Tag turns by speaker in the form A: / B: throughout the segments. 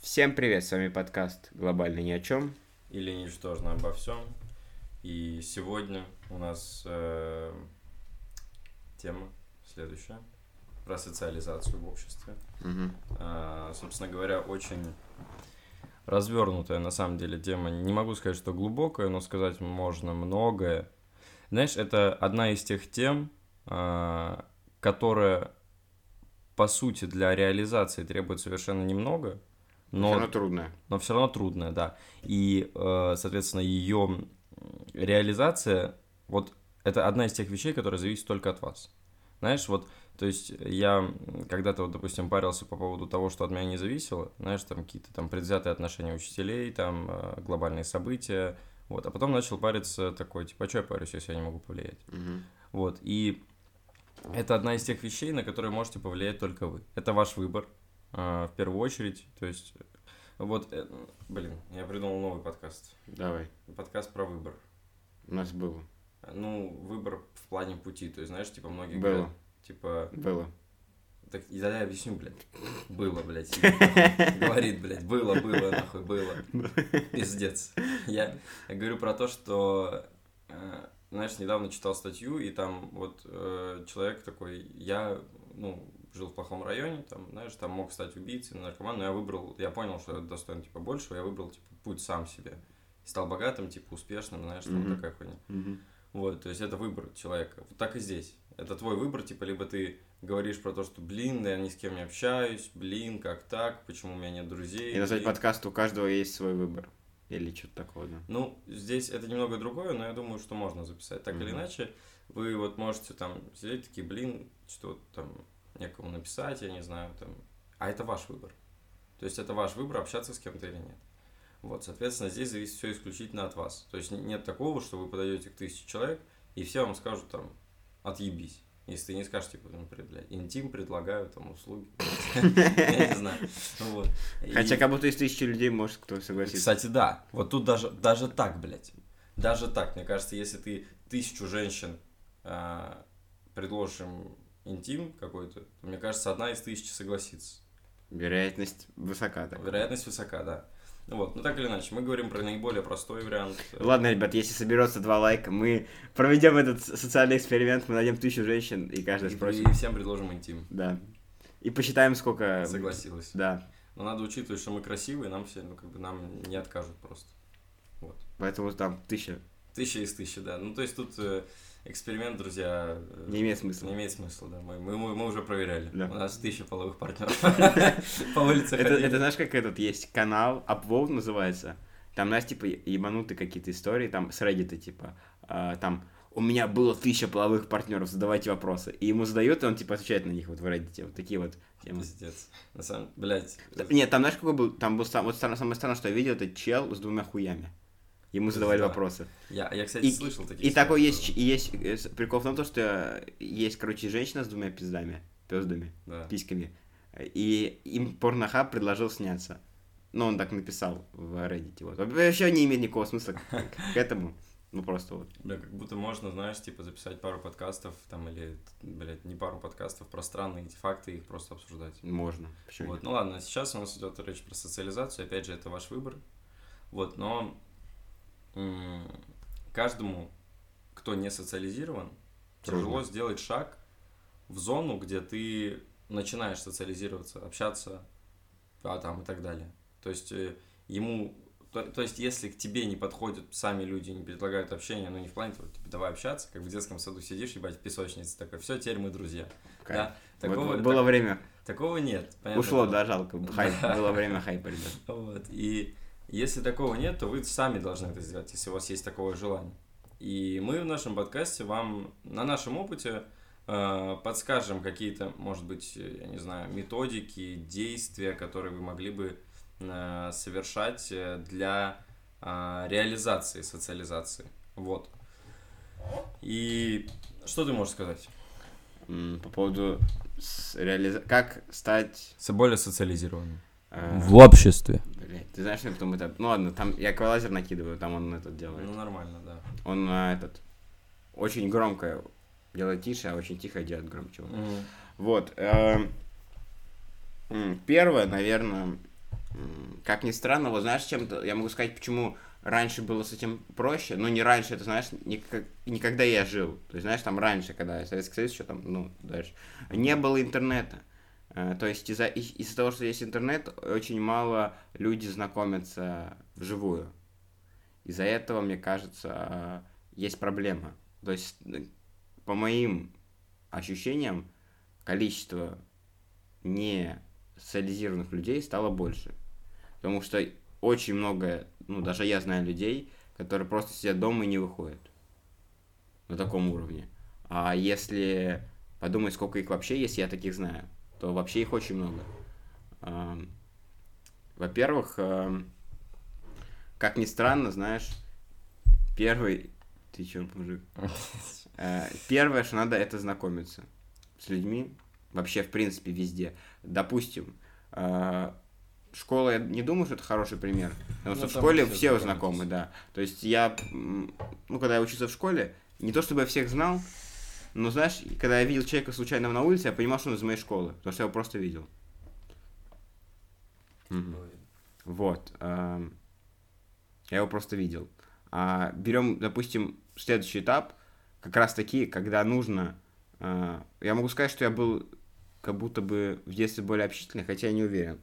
A: Всем привет, с вами подкаст «Глобально ни о чем».
B: или ничтожно обо всем. И сегодня у нас э, тема следующая про социализацию в обществе. А, собственно говоря, очень развернутая на самом деле тема. Не могу сказать, что глубокая, но сказать можно многое. Знаешь, это одна из тех тем, а, которая по сути для реализации требует совершенно немного,
A: Но...
B: но
A: трудно.
B: но все равно трудная, да. И, э, соответственно, ее реализация, вот это одна из тех вещей, которая зависит только от вас. Знаешь, вот, то есть я м, когда-то, вот, допустим, парился по поводу того, что от меня не зависело, знаешь, там какие-то там предвзятые отношения учителей, там э, глобальные события, вот, а потом начал париться такой, типа, а что я парюсь, если я не могу повлиять?
A: Мгм.
B: Вот, и это одна из тех вещей, на которые можете повлиять только вы. Это ваш выбор, а, в первую очередь. То есть, вот, э, блин, я придумал новый подкаст.
A: Давай.
B: Подкаст про выбор.
A: У нас было.
B: Ну, выбор в плане пути. То есть, знаешь, типа, многие
A: Было.
B: говорят, типа,
A: Было.
B: так, и да, я объясню, блядь. Было, блядь. сидит, нахуй. Говорит, блядь, было, было, нахуй, было. Пиздец. Я говорю про то, что, э, знаешь, недавно читал статью, и там вот э, человек такой, я, ну, жил в плохом районе, там, знаешь, там мог стать убийцей, наркоманом, но я выбрал, я понял, что я достоин, типа, большего, я выбрал, типа, путь сам себе. Стал богатым, типа, успешным, знаешь, там
A: Мгм.
B: такая хуйня.
A: Мгм.
B: Вот, то есть это выбор человека. Вот так и здесь. Это твой выбор, типа, либо ты говоришь про то, что, блин, да я ни с кем не общаюсь, блин, как так, почему у меня нет друзей.
A: И назвать
B: блин».
A: подкаст «У каждого есть свой выбор». Или что-то такого, да.
B: Ну, здесь это немного другое, но я думаю, что можно записать. Так или
A: Мгм.
B: иначе, вы вот можете там сидеть такие, блин, что вот там некому написать, я не знаю, там. А это ваш выбор. То есть это ваш выбор, общаться с кем-то или нет. Вот, соответственно, здесь зависит все исключительно от вас. То есть н- нет такого, что вы подойдете к тысяче человек, и все вам скажут там, отъебись. Если ты не скажешь, типа, например, блядь, интим предлагаю, там, услуги. Я не знаю. Вот. И-
A: Хотя как будто из тысячи людей может кто согласится.
B: кстати, да. Вот тут даже, даже так, блядь. Даже так. Мне кажется, если ты тысячу женщин а, предложишь им интим какой-то, то, мне кажется, одна из тысячи согласится.
A: Вероятность высока так.
B: Вероятность высока, да. Ну Вот, ну так или иначе, мы говорим про наиболее простой вариант.
A: Ладно, ребят, если соберется два лайка, мы проведем этот с- социальный эксперимент, мы найдем тысячу женщин, и
B: И,
A: каждая спросит.
B: при- всем предложим интим.
A: Да. И посчитаем, сколько...
B: Согласилась.
A: Эм, Да.
B: Но надо учитывать, что мы красивые, нам все, ну, как бы, нам не откажут просто.
A: Поэтому там тысяча.
B: Тысяча из тысячи, да. Ну, то есть тут э, эксперимент, друзья... э,
A: Не имеет смысла.
B: Не имеет смысла, да. Мы, мы, мы- мы уже проверяли.
A: Да.
B: У нас тысяча половых партнеров. По улице
A: Это, это
B: ходили.
A: знаешь, как этот есть канал, Upvote называется. Там, знаешь, типа, ебанутые какие-то истории, там, с Reddit, типа, а, там, у меня было тысяча половых партнеров, задавайте вопросы. И ему задают, и он, типа, отвечает на них вот в Reddit. Вот такие вот темы.
B: Пиздец. На самом... Блядь. э,
A: Т- Нет, там, знаешь, какой был, там был, сам- вот стра- самое странное, что я видел, это чел с двумя хуями. Ему задавали
B: Да.
A: вопросы.
B: Я, я, кстати,
A: И,
B: слышал такие
A: и такой
B: истории
A: есть,
B: тоже.
A: и есть э, с- прикол в том, то, что э, есть, короче, женщина с двумя пиздами, пёздами,
B: Да.
A: письками. И им порнохаб предложил сняться. Ну, он так написал в Reddit. Вот. Вообще не имеет никакого смысла к, к этому. Ну, просто вот.
B: Бля, как будто можно, знаешь, типа записать пару подкастов, там, или, блядь, не пару подкастов, про странные эти факты, и их просто обсуждать.
A: Можно. Почему
B: Вот, ну ладно, сейчас у нас идет речь про социализацию, опять же, это ваш выбор. Вот, но м, каждому, кто не социализирован,
A: Трудно.
B: тяжело сделать шаг в зону, где ты начинаешь социализироваться, общаться, а там и так далее. То есть э, ему, то, то есть если к тебе не подходят сами люди, не предлагают общение, ну не в плане того, типа, давай общаться, как в детском саду сидишь, ебать, в песочнице такой, все, теперь мы друзья.
A: Кайф.
B: Да,
A: Вот-
B: такого,
A: вот было
B: так-
A: время.
B: такого нет. понятное
A: Ушло,
B: дело.
A: да, жалко. Хайп.
B: Да.
A: Было время хайпа, ребят.
B: Вот. И если такого нет, то вы сами должны это сделать, если у вас есть такое желание. И мы в нашем подкасте вам на нашем опыте э, подскажем какие-то, может быть, э, я не знаю, методики, действия, которые вы могли бы э, совершать э, для э, реализации социализации. Вот. И что ты можешь сказать?
A: М, По поводу с- реализа... Как стать...
B: Более социализированным.
A: э,
B: обществе.
A: Блядь, ты знаешь, что потом это... Ну ладно, там я эквалайзер накидываю, там он этот делает.
B: Ну, нормально, да.
A: Он э, этот... Очень громко делает тише, а очень тихо делает громче. Вот.
B: Мгм.
A: Вот. эм, м, Первое, наверное, м, Как ни странно, вот знаешь, чем-то, я могу сказать, почему раньше было с этим проще, но не раньше, это, знаешь, никак, никогда я жил. То есть, знаешь, там раньше, когда Советский Союз еще там, ну, дальше, не было интернета. Э, То есть из-за из- из-за того, что есть интернет, очень мало люди знакомятся вживую. Из-за этого, мне кажется, э, есть проблема. То есть, э, по моим ощущениям, количество не социализированных людей стало больше. Потому что очень много, ну, даже я знаю людей, которые просто сидят дома и не выходят на таком уровне. А если подумать, сколько их вообще есть, я таких знаю, то вообще их очень много. Ам, Во-первых, ам, как ни странно, знаешь, первый... Ты чё, мужик? Э, Первое, что надо, это знакомиться с людьми. Вообще, в принципе, везде. Допустим, э, школа, я не думаю, что это хороший пример. Потому что
B: Ну,
A: в
B: там
A: школе
B: все
A: все
B: знакомятся.
A: знакомы, да. То есть я, м, ну, когда я учился в школе, не то чтобы я всех знал, но, знаешь, когда я видел человека случайно на улице, я понимал, что он из моей школы, потому что я его просто видел. Мгм. Вот. эм, Я его просто видел. А берем, допустим, следующий этап, как раз таки, когда нужно... э, Я могу сказать, что я был как будто бы в детстве более общительный, хотя я не уверен.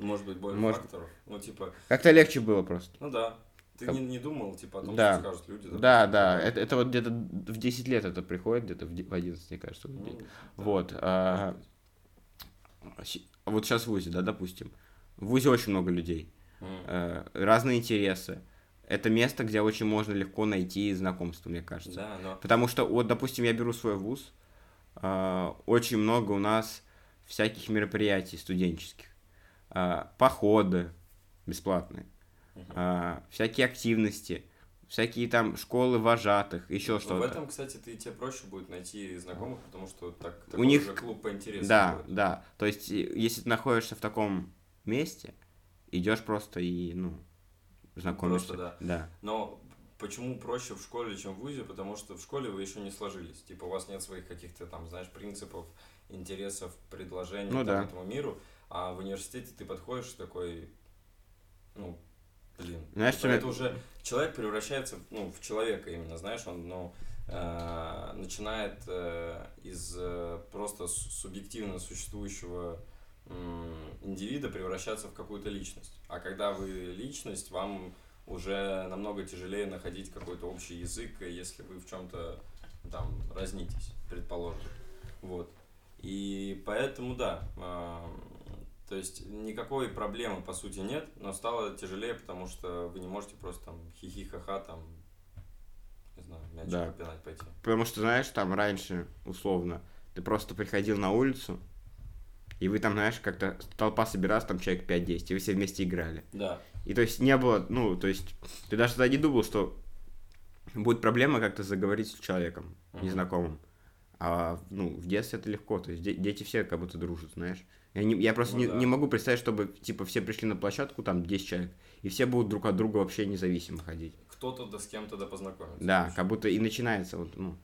B: Может быть, больше
A: Может-
B: факторов. Ну, типа,
A: Как-то легче было просто.
B: ну да. Ты
A: Как-
B: не, не думал, типа, о том,
A: Да.
B: что скажут люди.
A: Да, да, это, это вот где-то в 10 лет это приходит, где-то в де- в 11, мне кажется. вот где-то.
B: Ну, да.
A: Вот. а, щ- Вот сейчас в ВУЗе, да, допустим. В ВУЗе очень много людей.
B: М.
A: э, разные интересы. Это место, где очень можно легко найти знакомство, мне кажется.
B: Да, но...
A: Потому что, вот, допустим, я беру свой вуз, э, очень много у нас всяких мероприятий студенческих. Э, Походы бесплатные,
B: Мгм.
A: э, всякие активности, всякие там школы вожатых, еще
B: Ну, В
A: что-то.
B: этом, кстати, ты тебе проще будет найти знакомых, потому что так, такой
A: них-
B: же клуб по интересам.
A: Да,
B: будет.
A: да. То есть, и- если ты находишься в таком месте, идешь просто и, ну, знакомишься.
B: да.
A: да.
B: Но почему проще в школе, чем в ВУЗе? Потому что в школе вы еще не сложились. Типа у вас нет своих каких-то там, знаешь, принципов, интересов, предложений
A: Ну
B: там,
A: да.
B: к этому миру. А в университете ты подходишь такой, ну, блин.
A: Знаешь,
B: Типа
A: чем я-
B: это уже человек превращается ну, в человека именно, знаешь, он, ну, э, начинает э, из э, просто су- субъективно существующего м, индивида превращаться в какую-то личность. А когда вы личность, вам уже намного тяжелее находить какой-то общий язык, если вы в чем-то там разнитесь, предположим. Вот. И поэтому, да, эм, то есть никакой проблемы, по сути, нет, но стало тяжелее, потому что вы не можете просто там хихи-ха-ха, там, не знаю, мяч
A: Да.
B: попинать пойти.
A: Потому что, знаешь, там раньше, условно, ты просто приходил на улицу, и вы там, знаешь, как-то толпа собиралась, там человек 5-10, и вы все вместе играли.
B: Да,
A: И то есть не было, ну, то есть ты даже тогда не думал, что будет проблема как-то заговорить с человеком,
B: Мгм.
A: незнакомым. А, ну, в детстве это легко, то есть де- дети все как будто дружат, знаешь. Я, не- я просто
B: Ну
A: не,
B: да.
A: не могу представить, чтобы, типа, все пришли на площадку, там 10 человек, и все будут друг от друга вообще независимо ходить.
B: кто-то да с кем-то да познакомится.
A: Да, как будто и начинается вот, ну,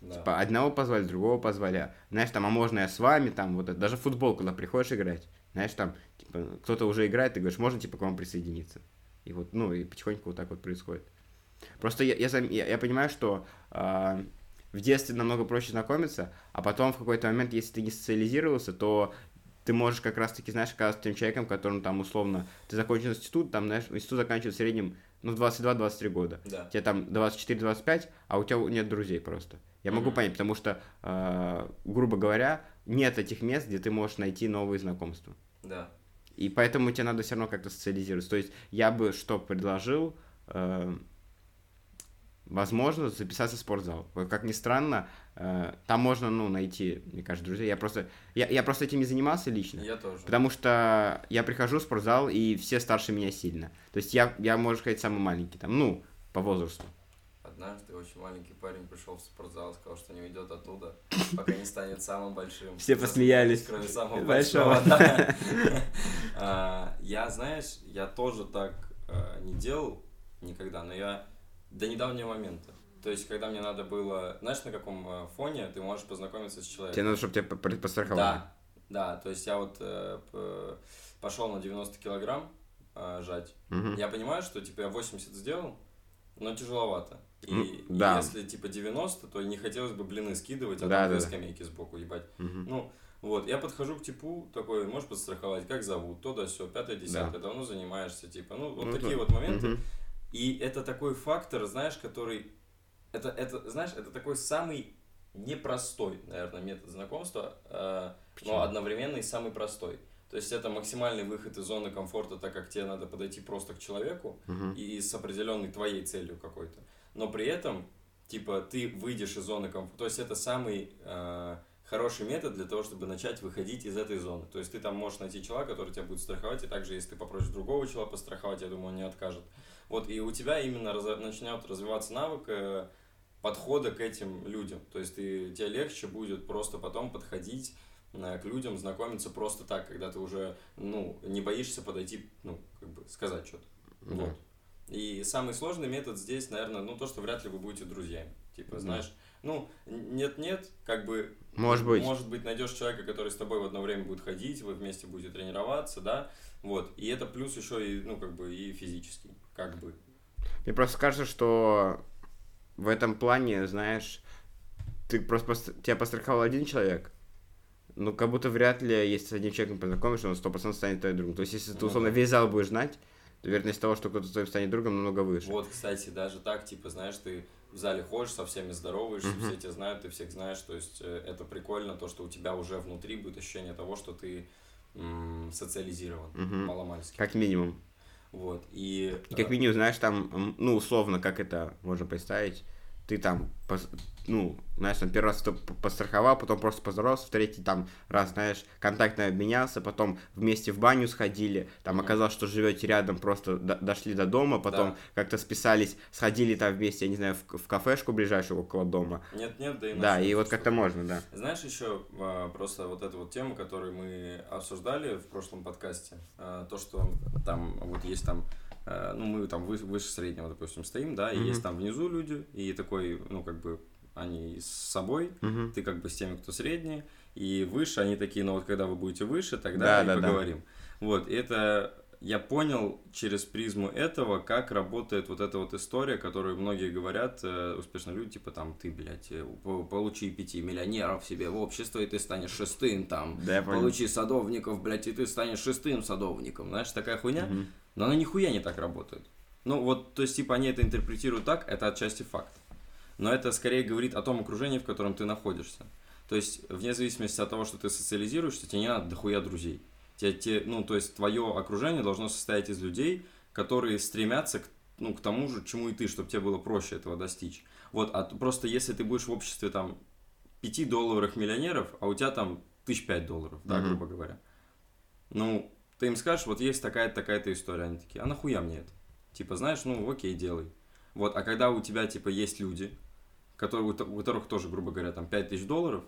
B: Да.
A: Типа, одного позвали, другого позвали. а, Знаешь, там, а можно я с вами, там, вот это. Даже в футбол, когда приходишь играть, знаешь, там, типа, кто-то уже играет, ты говоришь, можно, типа, к вам присоединиться. И вот, ну, и потихоньку вот так вот происходит. Просто я, я, зам- я- я понимаю, что а, в детстве намного проще знакомиться, а потом в какой-то момент, если ты не социализировался, то ты можешь как раз-таки, знаешь, оказаться тем человеком, которым там условно ты закончил институт, там, знаешь, институт заканчивает в среднем, ну, в 22-23 года
B: Да.
A: тебе там 24-25, а у тебя нет друзей просто. Я могу
B: Мгм.
A: понять, потому что, э, грубо говоря, нет этих мест, где ты можешь найти новые знакомства.
B: Да.
A: И поэтому тебе надо все равно как-то социализироваться. То есть я бы что предложил, э, возможно, записаться в спортзал. Вот Как ни странно, э, там можно, ну, найти, мне кажется, друзей. Я просто, я, я просто этим не занимался лично.
B: Я тоже.
A: Потому что я прихожу в спортзал, и все старше меня сильно. То есть я, я можно сказать, самый маленький там, ну, по возрасту.
B: Однажды очень маленький парень пришел в спортзал, сказал, что не уйдет оттуда, пока не станет самым большим.
A: Все посмеялись.
B: Кроме самого
A: Большого.
B: большого. да. А, Я, знаешь, я тоже так э, не делал никогда, но я до недавнего момента. То есть, когда мне надо было, знаешь, на каком э, фоне ты можешь познакомиться с человеком?
A: Тебе надо, чтобы тебя по- по- постраховали.
B: Да, да, то есть я вот э, пошел на 90 килограмм, а, жать.
A: Мгм.
B: Я понимаю, что типа я 80 сделал, но тяжеловато. И,
A: Ну,
B: и
A: да.
B: если типа 90, то не хотелось бы блины скидывать, а
A: Да, да,
B: там две
A: да.
B: скамейки сбоку ебать.
A: Мгм.
B: Ну, вот, я подхожу к типу, такой, можешь подстраховать, как зовут, то да все, пятое, десятое, давно занимаешься, типа, ну, вот
A: Ну,
B: такие
A: да.
B: вот моменты.
A: Мгм.
B: И это такой фактор, знаешь, который... Это, это, знаешь, это такой самый непростой, наверное, метод знакомства, э,
A: Почему?
B: но одновременно и самый простой. То есть это максимальный выход из зоны комфорта, так как тебе надо подойти просто к человеку
A: Мгм.
B: и с определенной твоей целью какой-то. Но при этом, типа, ты выйдешь из зоны комфорта. То есть это самый э, хороший метод для того, чтобы начать выходить из этой зоны. То есть ты там можешь найти чела, который тебя будет страховать, и также, если ты попросишь другого чела постраховать, я думаю, он не откажет. Вот, и у тебя именно раз- начнет развиваться навык э, подхода к этим людям. То есть ты, тебе легче будет просто потом подходить э, к людям, знакомиться просто так, когда ты уже, ну, не боишься подойти, ну, как бы сказать что-то.
A: Да.
B: Вот. И самый сложный метод здесь, наверное, ну то, что вряд ли вы будете друзьями. Типа,
A: Да.
B: знаешь, ну, н- нет-нет, как бы...
A: Может быть.
B: Может быть, найдешь человека, который с тобой в одно время будет ходить, вы вместе будете тренироваться, да? Вот. И это плюс еще и, ну, как бы, и физический, как бы.
A: Мне просто кажется, что в этом плане, знаешь, ты просто пост- тебя постраховал один человек, ну, как будто вряд ли, если с одним человеком познакомишься, он 100% станет твоим другом. То есть, если ты,
B: Ну
A: условно,
B: да.
A: весь зал будешь знать, то вероятность того, что кто-то твоим станет другом, намного выше.
B: Вот, кстати, даже так, типа, знаешь, ты в зале ходишь, со всеми здороваешься,
A: Мгм.
B: все тебя знают, ты всех знаешь, то есть э, это прикольно, то, что у тебя уже внутри будет ощущение того, что ты м, социализирован,
A: Мгм.
B: маломальски.
A: Как минимум.
B: Вот, и...
A: И как
B: э,
A: минимум, знаешь, там, м, ну, условно, как это можно представить, ты там, пос- ну, знаешь, там первый раз ты п- постраховал, потом просто поздоровался, в третий там раз, знаешь, контактно обменялся, потом вместе в баню сходили, там
B: Мгм.
A: оказалось, что живете рядом, просто до- дошли до дома, потом
B: Да.
A: как-то списались, сходили там вместе, я не знаю, в, к- в кафешку ближайшую около дома.
B: Нет, нет, да и
A: да,
B: нашли
A: и вот
B: что-то.
A: как-то можно, да.
B: Знаешь, еще а, просто вот эту вот тему, которую мы обсуждали в прошлом подкасте, а, то, что там вот есть там, а, ну, мы там вы- выше среднего, допустим, стоим, да, и
A: Мгм.
B: есть там внизу люди, и такой, ну, как бы, они с собой,
A: Мгм.
B: ты как бы с теми, кто средние, и выше, они такие, ну вот когда вы будете выше,
A: Да,
B: тогда и
A: да, да.
B: поговорим. Вот, и это я понял через призму этого, как работает вот эта вот история, которую многие говорят, э, успешные люди, типа там, ты, блядь, э, по- получи пяти миллионеров себе в общество, и ты станешь шестым там,
A: Да, я понял.
B: получи садовников, блядь, и ты станешь шестым садовником, знаешь, такая хуйня.
A: Мгм.
B: Но она нихуя не так работает. Ну, вот, то есть, типа, они это интерпретируют так, это отчасти факт. Но это скорее говорит о том окружении, в котором ты находишься. То есть, вне зависимости от того, что ты социализируешься, тебе не надо дохуя друзей. Тебе, те, ну, то есть, твое окружение должно состоять из людей, которые стремятся к, ну, к тому же, чему и ты, чтобы тебе было проще этого достичь. Вот, а т- просто если ты будешь в обществе, там, 5 долларов миллионеров, а у тебя там тысяч пять долларов, да,
A: Мгм.
B: грубо говоря. Ну, ты им скажешь, вот есть такая-то, такая-то история. Они такие, а нахуя мне это? Типа, знаешь, ну окей, делай. Вот, а когда у тебя, типа, есть люди, которые, у т- у которых тоже, грубо говоря, там 5000 долларов,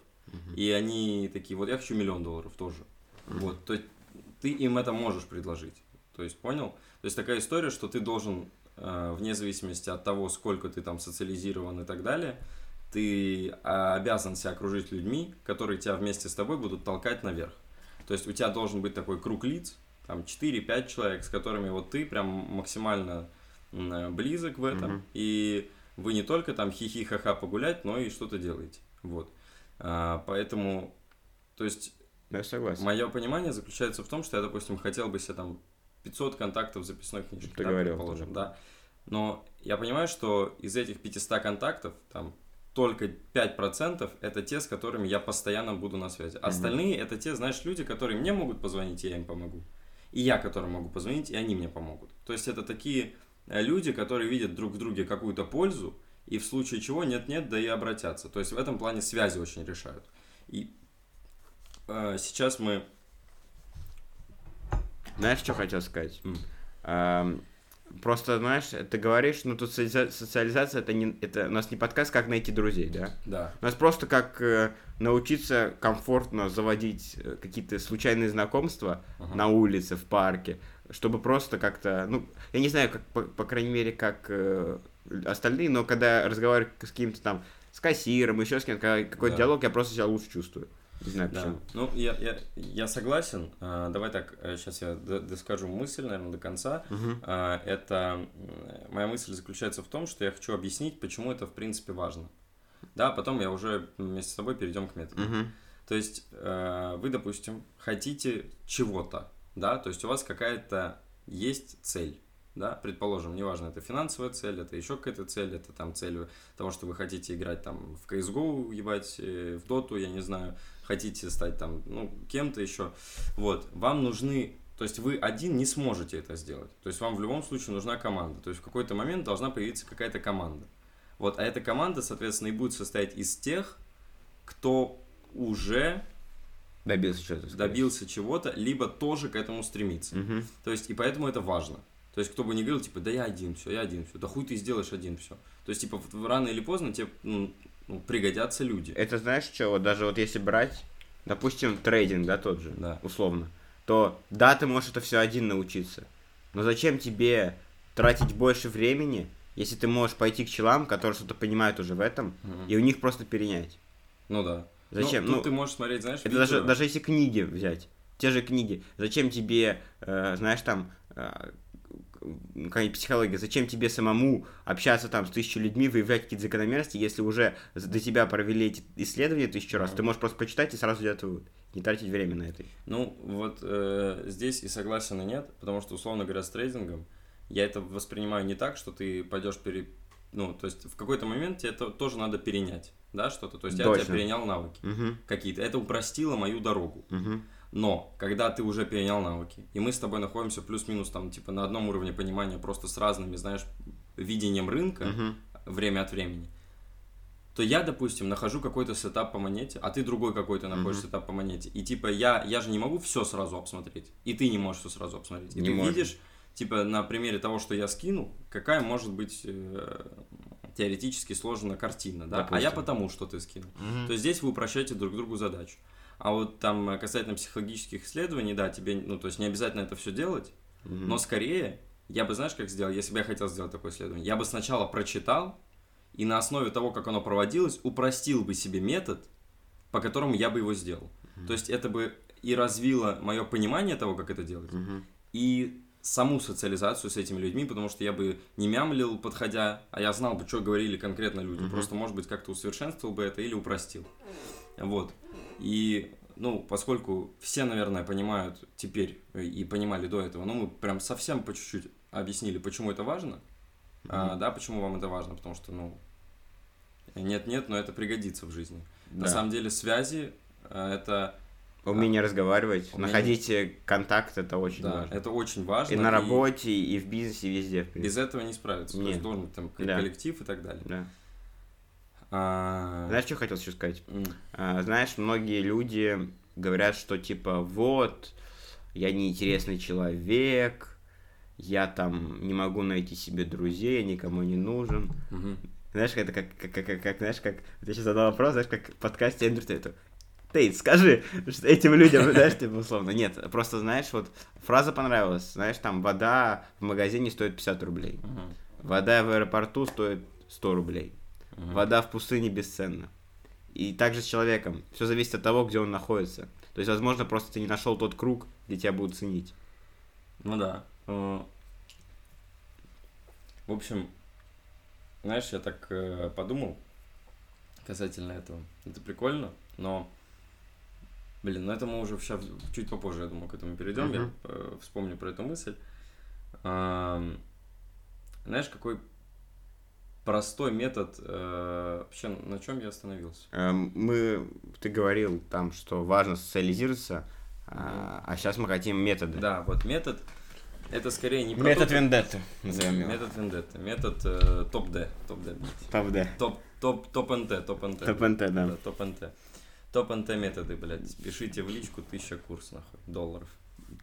B: и они такие, вот я хочу миллион долларов тоже. Вот, то есть ты им это можешь предложить. То есть, понял? То есть такая история, что ты должен, э, вне зависимости от того, сколько ты там социализирован и так далее, ты а, обязан себя окружить людьми, которые тебя вместе с тобой будут толкать наверх. То есть у тебя должен быть такой круг лиц, там 4-5 человек, с которыми вот ты прям максимально м, близок в этом.
A: Мгм.
B: И вы не только там хихи-ха-ха погулять, но и что-то делаете. Вот. А, поэтому, то есть
A: Да, я согласен.
B: Мое понимание заключается в том, что я, допустим, хотел бы себе там 500 контактов в записной книжке.
A: Ты говорил
B: предположим,
A: тоже.
B: да. Но я понимаю, что из этих 500 контактов там только 5% это те, с которыми я постоянно буду на связи. Остальные это те, знаешь, люди, которые мне могут позвонить, и я им помогу. И я, которым могу позвонить, и они мне помогут. То есть это такие э, люди, которые видят друг в друге какую-то пользу, и в случае чего нет-нет, да и обратятся. То есть в этом плане связи очень решают. И э, сейчас мы
A: Знаешь, что хотел сказать?
B: М.
A: Эм, Просто, знаешь, ты говоришь, ну тут соци- социализация, это, не, это у нас не подкаст, как найти друзей, да?
B: Да.
A: У нас просто как э, научиться комфортно заводить э, какие-то случайные знакомства
B: Ага.
A: на улице, в парке, чтобы просто как-то, ну, я не знаю, как, по, по крайней мере, как э, остальные, но когда я разговариваю с каким-то там, с кассиром, еще с кем-то, когда какой-то
B: Да.
A: диалог, я просто себя лучше чувствую. Не знаю
B: Да.
A: почему.
B: Ну, я, я, я согласен. А, давай так, сейчас я д- доскажу мысль, наверное, до конца.
A: Мгм.
B: А, это м, моя мысль заключается в том, что я хочу объяснить, почему это в принципе важно. Да, потом я уже вместе с тобой перейдем к методам.
A: Мгм.
B: То есть э, вы, допустим, хотите чего-то, да, то есть у вас какая-то есть цель, да, предположим, неважно, это финансовая цель, это еще какая-то цель, это там цель того, что вы хотите играть там в CSGO, ебать, э, в Доту, я не знаю, хотите стать там, ну, кем-то еще, вот, вам нужны то есть вы один не сможете это сделать. То есть вам в любом случае нужна команда. То есть в какой-то момент должна появиться какая-то команда. Вот, а эта команда, соответственно, и будет состоять из тех, кто уже
A: Добился чего-то. скорее.
B: добился чего-то, либо тоже к этому стремится.
A: Мгм.
B: То есть, и поэтому это важно. То есть, кто бы ни говорил, типа, да я один, все, я один, все, да хуй ты сделаешь один, все. То есть, типа, в- рано или поздно тебе ну, ну, пригодятся люди.
A: Это знаешь что, вот даже вот если брать, допустим, трейдинг, да, тот же,
B: Да.
A: условно, то да, ты можешь это все один научиться, но зачем тебе тратить больше времени, если ты можешь пойти к челам, которые что-то понимают уже в этом,
B: Мгм.
A: и у них просто перенять?
B: Ну да.
A: Зачем?
B: Ну, тут
A: Ну,
B: ты можешь смотреть, знаешь,
A: Это
B: видео.
A: даже, даже если книги взять, те же книги, зачем тебе, э, знаешь, там, э, какая-нибудь психология, зачем тебе самому общаться там с тысячей людьми, выявлять какие-то закономерности, если уже з- до тебя провели эти исследования тысячу раз,
B: Да.
A: ты можешь просто почитать и сразу делать вывод, не тратить время на это.
B: Ну, вот э, здесь и согласен, и нет, потому что, условно говоря, с трейдингом я это воспринимаю не так, что ты пойдешь пере... Ну, то есть, в какой-то момент тебе это тоже надо перенять, да, что-то. То есть, я
A: Точно.
B: тебя перенял навыки
A: Угу,
B: какие-то. Это упростило мою дорогу.
A: угу,
B: Но, когда ты уже перенял навыки, и мы с тобой находимся плюс-минус там, типа, на одном уровне понимания, просто с разными, знаешь, видением рынка
A: угу.
B: время от времени, то я, допустим, нахожу какой-то сетап по монете, а ты другой какой-то находишь
A: Мгм.
B: сетап по монете. И типа я, я же не могу все сразу обсмотреть. И ты не можешь все сразу обсмотреть. И
A: Не
B: ты
A: можем.
B: видишь, типа, на примере того, что я скинул, какая может быть э, теоретически сложена картина, да? А я
A: Допустим.
B: потому, что ты скинул. То есть здесь вы упрощаете друг другу задачу. А вот там э, касательно психологических исследований, да, тебе, ну, то есть не обязательно это все делать, но скорее, я бы, знаешь, как сделал, если бы я хотел сделать такое исследование, я бы сначала прочитал и на основе того, как оно проводилось, упростил бы себе метод, по которому я бы его сделал. То есть это бы и развило мое понимание того, как это делать, и саму социализацию с этими людьми, потому что я бы не мямлил, подходя, а я знал бы, что говорили конкретно люди.
A: Мгм.
B: Просто, может быть, как-то усовершенствовал бы это или упростил. Вот. И, ну, поскольку все, наверное, понимают теперь э, и понимали до этого, ну, мы прям совсем по чуть-чуть объяснили, почему это важно, а, да, почему вам это важно, потому что, ну, нет-нет, но это пригодится в жизни. На самом деле связи э, это,
A: Умение разговаривать,
B: Умение-
A: находить э, контакт, это очень
B: да,
A: важно.
B: это очень важно.
A: И на работе, и в бизнесе, и везде, в принципе.
B: Без этого не справиться. То
A: Нет.
B: есть должен быть там
A: Да.
B: коллектив и так далее.
A: Да.
B: А,
A: Знаешь, что хотел еще сказать?
B: м,
A: А, Знаешь, многие люди говорят, что типа вот, я неинтересный человек, я там не могу найти себе друзей, я никому не нужен.
B: мгм.
A: Знаешь, это как, как, как, как- как, знаешь, как, вот я сейчас задал вопрос, знаешь, как в подкасте Эндрю Тейту. Тейт, скажи что этим людям, знаешь, типа, условно. Нет, просто, знаешь, вот фраза понравилась, знаешь, там вода в магазине стоит 50 рублей,
B: Мгм.
A: вода в аэропорту стоит 100 рублей.
B: Мгм.
A: Вода в пустыне бесценна. И также с человеком. Все зависит от того, где он находится. То есть, возможно, просто ты не нашел тот круг, где тебя будут ценить.
B: Ну да. Э, В общем, знаешь, я так э, подумал касательно этого. Это прикольно, но... Блин, ну это мы уже сейчас чуть попозже, я думаю, к этому перейдем. Я
A: Мгм.
B: э, вспомню про эту мысль. Ам, Знаешь, какой простой метод... э, Вообще, на чем я остановился?
A: Эм, Мы, ты говорил там, что важно социализироваться, а а сейчас мы хотим методы.
B: Да, вот метод... Это скорее не про
A: Метод
B: то-
A: вендетты, назовем его.
B: Метод вендетты. Метод э, топ-д. Топ-д. блядь.
A: Топ Д.
B: Топ, топ, топ НТ, топ НТ.
A: Топ НТ, да.
B: Да, топ НТ. Топ НТ методы, блядь. Пишите в личку, тысяча курс, нахуй, долларов.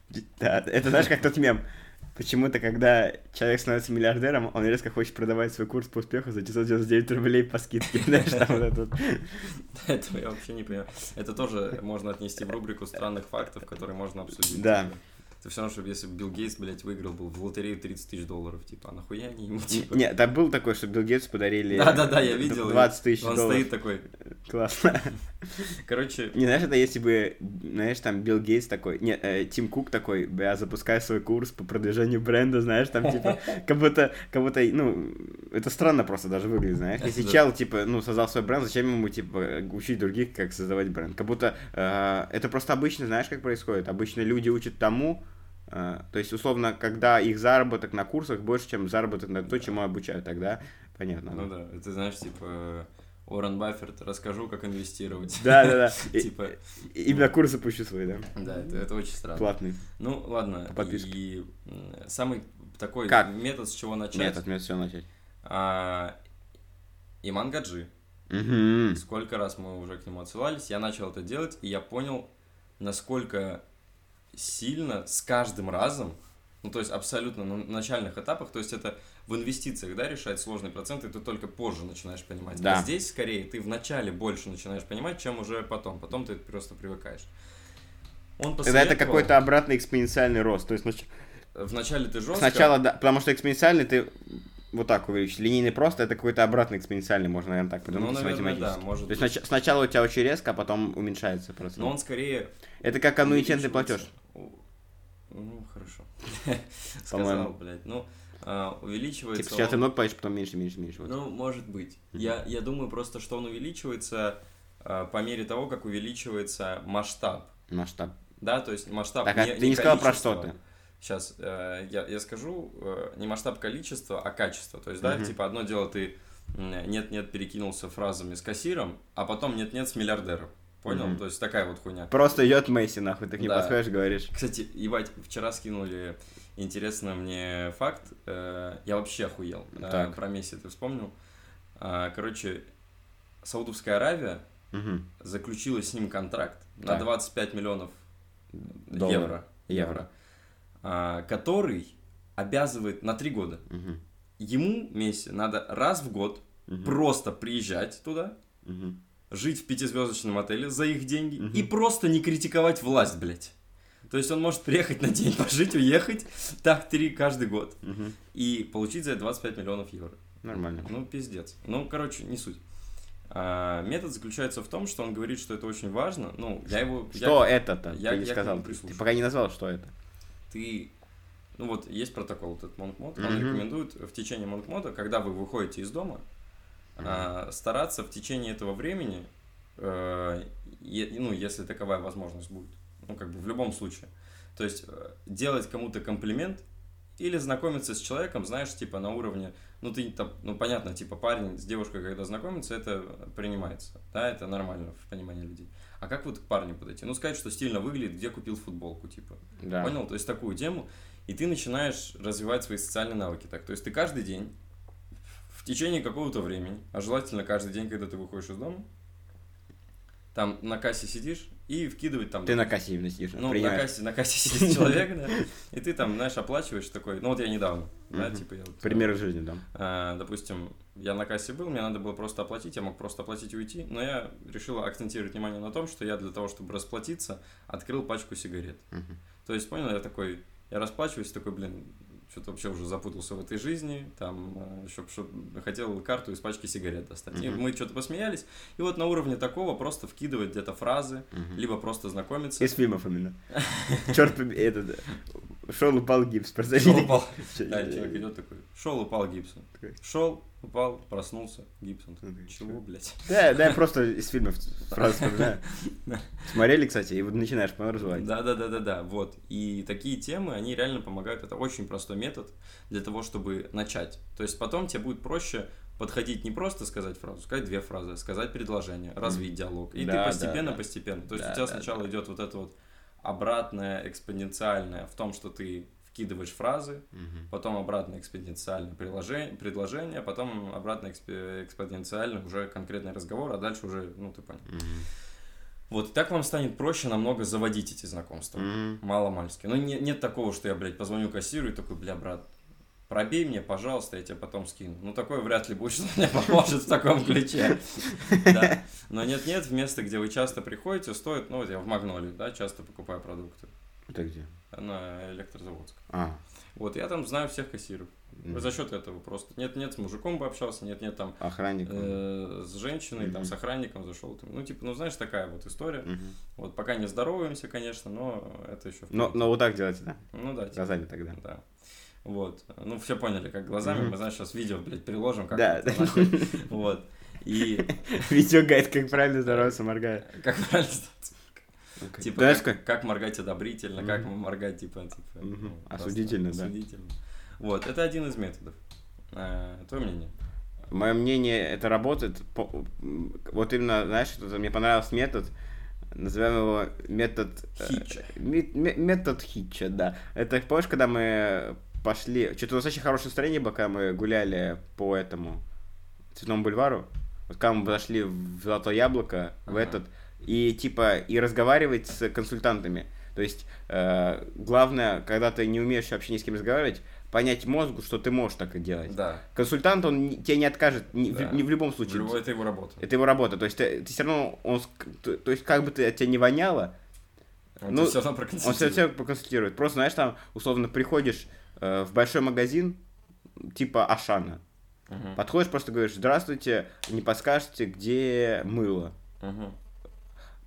A: Да, это знаешь, как тот мем. Почему-то, когда человек становится миллиардером, он резко хочет продавать свой курс по успеху за 999 рублей по скидке. Знаешь, там вот этот.
B: Этого я вообще не понимаю. Это тоже можно отнести в рубрику странных фактов, которые можно обсудить.
A: Да.
B: типа. Это все равно, чтобы если бы Билл Гейтс, блядь, выиграл был в лотерею 30 тысяч долларов, типа, а нахуя они ему, типа...
A: Нет, там был такой, что Билл Гейтс подарили
B: Да-да-да, я видел.
A: 20 тысяч
B: он
A: долларов.
B: стоит такой,
A: Классно.
B: Короче,
A: Не, знаешь, это если бы, знаешь, там Билл Гейтс такой, не, э, Тим Кук такой, я запускаю свой курс по продвижению бренда, знаешь, там типа, как будто, как будто, ну, это странно просто даже выглядит, знаешь. Если
B: Да.
A: чел, типа, ну, создал свой бренд, зачем ему, типа, учить других, как создавать бренд? Как будто э, это просто обычно, знаешь, как происходит? Обычно люди учат тому, э, то есть, условно, когда их заработок на курсах больше, чем заработок на то, чему обучают, тогда понятно.
B: ну да, это знаешь, типа, Уоррен Бафферт, расскажу, как инвестировать.
A: Да, да, да. И-
B: Типа,
A: Именно курс запущу свой, да.
B: да, это, это очень странно.
A: Платный.
B: Ну, ладно.
A: По подписке.
B: И м, самый такой
A: Как?
B: метод, с чего начать.
A: Нет, от меня все начать.
B: А, Иман Гаджи.
A: Мгм.
B: Сколько раз мы уже к нему отсылались, я начал это делать, и я понял, насколько сильно с каждым разом, ну то есть абсолютно на начальных этапах, то есть это в инвестициях, да, решать сложные проценты, ты только позже начинаешь понимать.
A: Да.
B: А здесь скорее ты в начале больше начинаешь понимать, чем уже потом. Потом ты просто привыкаешь. Он
A: Тогда это
B: посоветовал-
A: какой-то обратный экспоненциальный рост. То есть нач-
B: Вначале ты жестко...
A: сначала, да, потому что экспоненциальный ты вот так увеличишь. Линейный просто это какой-то обратный экспоненциальный, можно, наверное, так придумать.
B: Ну,
A: если
B: наверное, да,
A: математически.
B: может
A: То есть нач- сначала у тебя очень резко, а потом уменьшается просто.
B: Но он скорее
A: Это как аннуитетный платеж.
B: У- Ну, хорошо.
A: По-моему.
B: Сказал, блядь. Ну, а, увеличивается
A: Типа сначала ты
B: он-
A: много платишь, потом меньше, меньше, меньше. типа, Вот.
B: Ну, может быть.
A: Мгм.
B: Я, я думаю просто, что он увеличивается а, по мере того, как увеличивается масштаб.
A: Масштаб.
B: Да, то есть масштаб
A: Так, а ты не сказал про что ты.
B: Сейчас я, я скажу, э, не масштаб количества, а качество. То есть, да,
A: Мгм.
B: типа одно дело ты м, нет-нет перекинулся фразами с кассиром, а потом нет-нет с миллиардером. Понял?
A: Мгм.
B: То есть такая вот хуйня.
A: Просто идет Месси, нахуй, ты к ней
B: Да.
A: подходишь, говоришь.
B: Кстати, ебать, вчера скинули интересно мне факт. Э, Я вообще охуел. Э,
A: Так.
B: Про Месси ты вспомнил. А, Короче, Саудовская Аравия
A: Мгм.
B: заключила с ним контракт на
A: Так.
B: 25 миллионов
A: Доллар.
B: евро,
A: Евро.
B: а, который обязывает на три года.
A: Мгм.
B: Ему, Месси, надо раз в год
A: Мгм.
B: просто приезжать туда,
A: Мгм.
B: жить в пятизвездочном отеле за их деньги
A: Мгм.
B: и просто не критиковать власть, блядь. То есть он может приехать на день, пожить, уехать, так три каждый год,
A: Мгм.
B: и получить за это 25 миллионов евро.
A: Нормально.
B: Ну, пиздец. Ну, короче, не суть. А, метод заключается в том, что он говорит, что это очень важно. Ну, я его... я-
A: Что это-то?
B: я-
A: Ты не
B: я к
A: сказал.
B: нему
A: Ты
B: прислушаюсь.
A: пока не назвал, что это.
B: ты... Ну вот, есть протокол этот Монкмод, он
A: Мгм.
B: рекомендует в течение Монкмота, когда вы выходите из дома, а, стараться в течение этого времени, э, е- ну, если таковая возможность будет, ну, как бы в любом случае, то есть э, делать кому-то комплимент или знакомиться с человеком, знаешь, типа на уровне, ну, ты там, ну, понятно, типа парень с девушкой, когда знакомится, это принимается, да, это нормально в понимании людей. А как вот к парню подойти? Ну, сказать, что стильно выглядит, где купил футболку, типа.
A: Да.
B: Понял? То есть такую тему. И ты начинаешь развивать свои социальные навыки. Так, то есть ты каждый день в течение какого-то времени, а желательно каждый день, когда ты выходишь из дома, там на кассе сидишь и вкидывать там...
A: Ты на кассе именно сидишь.
B: ну, на
A: принимаешь.
B: кассе, на кассе сидит человек, да, и ты там, знаешь, оплачиваешь такой, ну вот я недавно, да,
A: Мгм.
B: типа я вот,
A: Пример из жизни, да.
B: а, допустим, я на кассе был, мне надо было просто оплатить, я мог просто оплатить и уйти, но я решил акцентировать внимание на том, что я для того, чтобы расплатиться, открыл пачку сигарет.
A: Мгм.
B: То есть, понял, я такой, я расплачиваюсь, такой, блин, что-то вообще уже запутался в этой жизни, там, чтобы хотел карту из пачки сигарет достать. И
A: Мгм.
B: мы что-то посмеялись, и вот на уровне такого просто вкидывать где-то фразы,
A: Мгм.
B: либо просто знакомиться.
A: Из фильмов именно. Черт побери, этот... Шел упал гипс, просто
B: Шел,
A: видел.
B: упал.
A: Чё-
B: Да, человек идет такой, шел, упал Гибсон.
A: Такой.
B: Шел, упал, проснулся, Гибсон.
A: Ну, такой,
B: Чего, блядь?
A: Да, да, я просто из фильмов сразу вспоминаю.
B: Да.
A: Смотрели, кстати, и вот начинаешь по развивать.
B: Да, да, да, да, да, вот. И такие темы, они реально помогают. Это очень простой метод для того, чтобы начать. То есть потом тебе будет проще подходить не просто сказать фразу, сказать две фразы, а сказать предложение, развить диалог. И
A: Да, да,
B: ты постепенно,
A: да.
B: постепенно. То есть
A: Да,
B: у тебя
A: да,
B: сначала идет вот это вот обратное, экспоненциальное в том, что ты вкидываешь фразы,
A: Мгм.
B: потом обратно экспоненциальное приложение, предложение, а потом обратно экспе- экспоненциально уже конкретный разговор, а дальше уже, ну ты понял.
A: Мгм.
B: Вот, и так вам станет проще намного заводить эти знакомства.
A: Мгм.
B: Мало-мальски. Ну, не- нет такого, что я, блядь, позвоню кассиру и такой, бля, брат, пробей мне, пожалуйста, я тебе потом скину. Ну, такое вряд ли будет, что мне поможет в таком ключе. Да. Но нет-нет, в место, где вы часто приходите, стоит, ну, вот я в Магнолии, да, часто покупаю продукты
A: Это где?
B: на электрозаводск.
A: А,
B: Вот, я там знаю всех кассиров.
A: Мгм.
B: За счет этого просто. Нет, нет, с мужиком бы общался, нет, нет, там
A: Охранник.
B: э, с женщиной, там,
A: Мгм.
B: с охранником зашел. Там. Ну, типа, ну, знаешь, такая вот история.
A: Мгм.
B: Вот пока не здороваемся, конечно, но это еще...
A: Но, но вот так делайте, да?
B: Ну да, типа,
A: Глазами тогда.
B: да. Вот. Ну, все поняли, как глазами.
A: Мгм.
B: Мы, знаешь, сейчас видео, блядь, приложим. Как
A: Да,
B: это
A: да.
B: нахуй. Вот. И
A: Видеогайд, как правильно здороваться, моргая.
B: как правильно сказать? Типа,
A: Знаешь,
B: как-
A: как?
B: как моргать одобрительно, как
A: Мгм.
B: моргать, типа, типа,
A: Мгм.
B: ну, просто
A: Осудительно, да.
B: осудительно. Вот, это один из методов. А, Твое мнение?
A: Мое мнение, это работает. по- м, Вот именно, знаешь, что-то мне понравился метод, назовем его метод... э,
B: Хитча.
A: ме- ме- Метод Хитча, да. Это, помнишь, когда мы пошли... Что-то у нас очень хорошее настроение было, когда мы гуляли по этому Цветному бульвару. Вот когда мы зашли в Золотое Яблоко, в
B: Ага.
A: этот, и типа, и разговаривать с консультантами. То есть, э, главное, когда ты не умеешь вообще ни с кем разговаривать, понять мозгу, что ты можешь так и делать.
B: Да.
A: Консультант, он не- тебе не откажет ни, в-
B: Да.
A: ни в любом
B: В
A: случае.
B: любой- Это его работа.
A: Это его работа. То есть ты, все равно, он, ск- т- то есть как бы ты, от тебя не воняло,
B: Он
A: Ну,
B: все равно
A: он все
B: проконсультирует.
A: тебя проконсультирует. Просто, знаешь, там, условно, приходишь э, в большой магазин, типа Ашана.
B: Мгм.
A: Подходишь, просто говоришь, здравствуйте, не подскажете, где мыло.
B: Мгм.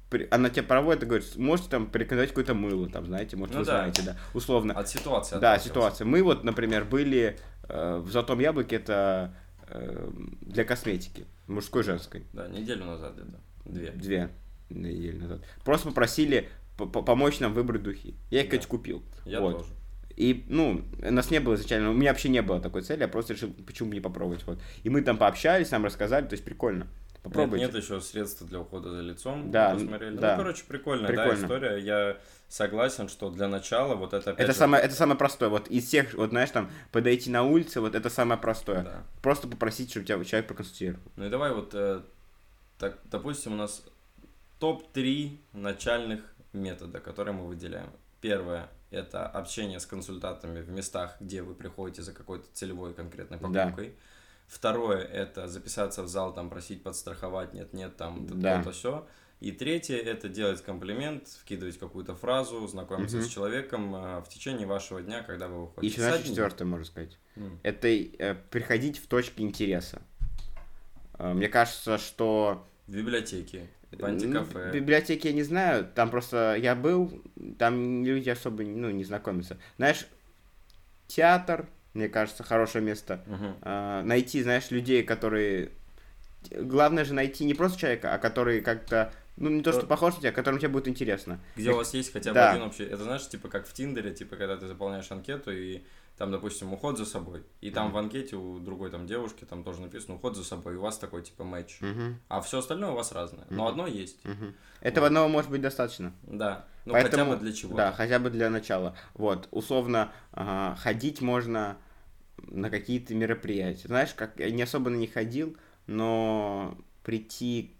A: При- Она тебя проводит и говорит, можете там порекомендовать какое-то мыло, там, знаете, может,
B: Ну
A: вы
B: да.
A: знаете, да, условно.
B: От ситуации.
A: Да,
B: отталкиваться.
A: ситуация. Мы вот, например, были э, в Золотом Яблоке, это э, для косметики, мужской и женской.
B: Да, неделю назад где-то. Две.
A: Две недели назад. Просто попросили по- по- помочь нам выбрать духи. Я их,
B: Да.
A: кстати, купил.
B: Я
A: Вот.
B: тоже.
A: И, ну, нас не было изначально, у меня вообще не было такой цели, я просто решил, почему бы не попробовать. Вот. И мы там пообщались, нам рассказали, то есть прикольно. Попробуйте.
B: Нет, нет еще средства для ухода за лицом.
A: Да,
B: мы посмотрели.
A: да.
B: Ну, короче, прикольная, да,
A: Прикольно.
B: история. Я согласен, что для начала вот это опять
A: это,
B: же-
A: самое, это самое простое. Вот из всех, вот знаешь, там, подойти на улице, вот это самое простое.
B: Да.
A: Просто попросить, чтобы тебя человек проконсультировал.
B: Ну и давай вот, э, так, допустим, у нас топ-3 начальных метода, которые мы выделяем. Первое – это общение с консультантами в местах, где вы приходите за какой-то целевой конкретной
A: Да.
B: покупкой. Второе – это записаться в зал, там просить подстраховать, нет-нет, там
A: Да.
B: то-то все. И третье – это делать комплимент, вкидывать какую-то фразу, знакомиться
A: Мгм.
B: с человеком э, в течение вашего дня, когда вы
A: И
B: выходите.
A: еще, знаешь,
B: С одним.
A: четвертое, можно сказать.
B: М,
A: это э, приходить в точки интереса. Э, Мне кажется, что...
B: В библиотеке,
A: Ну,
B: в
A: в
B: антикафе.
A: библиотеке я не знаю, там просто я был, там люди особо ну, не знакомятся. Знаешь, театр, мне кажется, хорошее место.
B: Мгм.
A: Э, Найти, знаешь, людей, которые... Главное же найти не просто человека, а который как-то... Ну, не то, что
B: Кто-
A: похож на тебя, которому тебе будет интересно.
B: Где у вас есть хотя бы
A: Да.
B: один общий... Это знаешь, типа как в Тиндере, типа когда ты заполняешь анкету и там, допустим, уход за собой. И там
A: Мгм.
B: в анкете у другой там девушки там тоже написано уход за собой, и у вас такой типа матч.
A: Мгм,
B: А все остальное у вас разное. Но
A: Мгм.
B: одно есть.
A: мгм. Этого одного может быть достаточно.
B: Да. Ну хотя
A: Поэтому-
B: бы для чего.
A: Да, хотя бы для начала. Вот, условно, а, ходить можно на какие-то мероприятия. Знаешь, как я не особо на них ходил, но прийти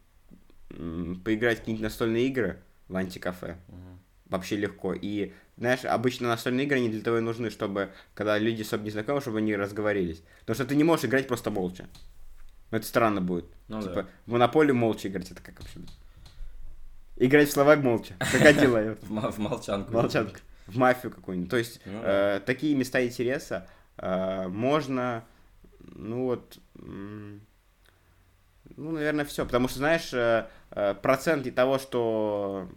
A: м, поиграть в какие-нибудь настольные игры в антикафе
B: Мгм.
A: вообще легко. И, знаешь, обычно настольные игры, они для того и нужны, чтобы, когда люди особо не знакомы, чтобы они разговорились. Потому что ты не можешь играть просто молча. Ну, Это странно будет.
B: Ну
A: типа, в монополию молча играть, это как вообще? Играть в слова молча. Крокодила я.
B: да. В, мо- в молчанку.
A: Молчанка. В мафию какую-нибудь. То есть
B: Ну
A: э, такие места интереса э, можно, ну вот, м, ну, наверное, все. Потому что, знаешь, э, э, процент и того, что...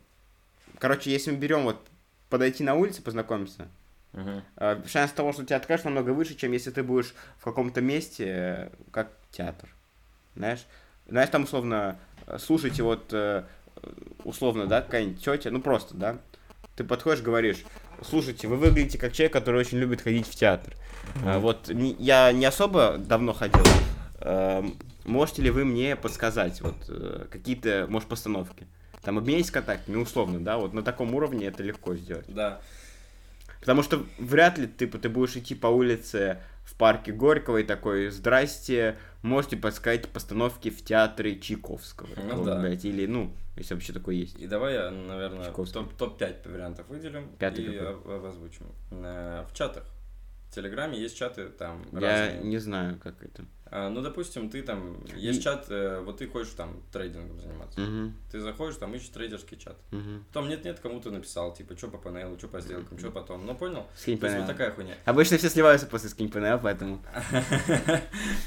A: Короче, если мы берем вот подойти на улице, познакомиться,
B: Мгм.
A: э, шанс того, что тебя откажут, намного выше, чем если ты будешь в каком-то месте, э, как театр. Знаешь? Знаешь, там условно, э, слушайте, вот э, э, условно, да, какая-нибудь тетя, ну просто, да. Ты подходишь, говоришь, слушайте, вы выглядите как человек, который очень любит ходить в театр. Э, Вот не- я не особо давно ходил. Эм, Можете ли вы мне подсказать вот э, какие-то, может, постановки? Там у меня есть контакт, ну, условно, да, вот на таком уровне это легко сделать.
B: Да.
A: Потому что вряд ли типа, ты, ты будешь идти по улице в парке Горького и такой, здрасте, можете подсказать постановки в театре Чайковского.
B: Ну
A: такого,
B: да.
A: блядь, или, ну, если вообще такое есть.
B: И давай я, наверное,
A: Чайковский.
B: топ-5 вариантов выделим
A: Пятый
B: и
A: какой?
B: об- об- озвучим. Э, В чатах. В Телеграме есть чаты там
A: Я
B: разные.
A: не знаю, как это.
B: А, ну, допустим, ты там, есть
A: И-
B: чат, э, вот ты хочешь там трейдингом заниматься.
A: Мгм,
B: Ты заходишь, там ищешь трейдерский чат.
A: мгм.
B: Потом нет-нет, кому-то написал, типа, что по панелу, что по сделкам, что потом. Ну, понял?
A: Скинь
B: То есть
A: PNL.
B: вот такая хуйня.
A: Обычно все сливаются после скинь PNL, поэтому...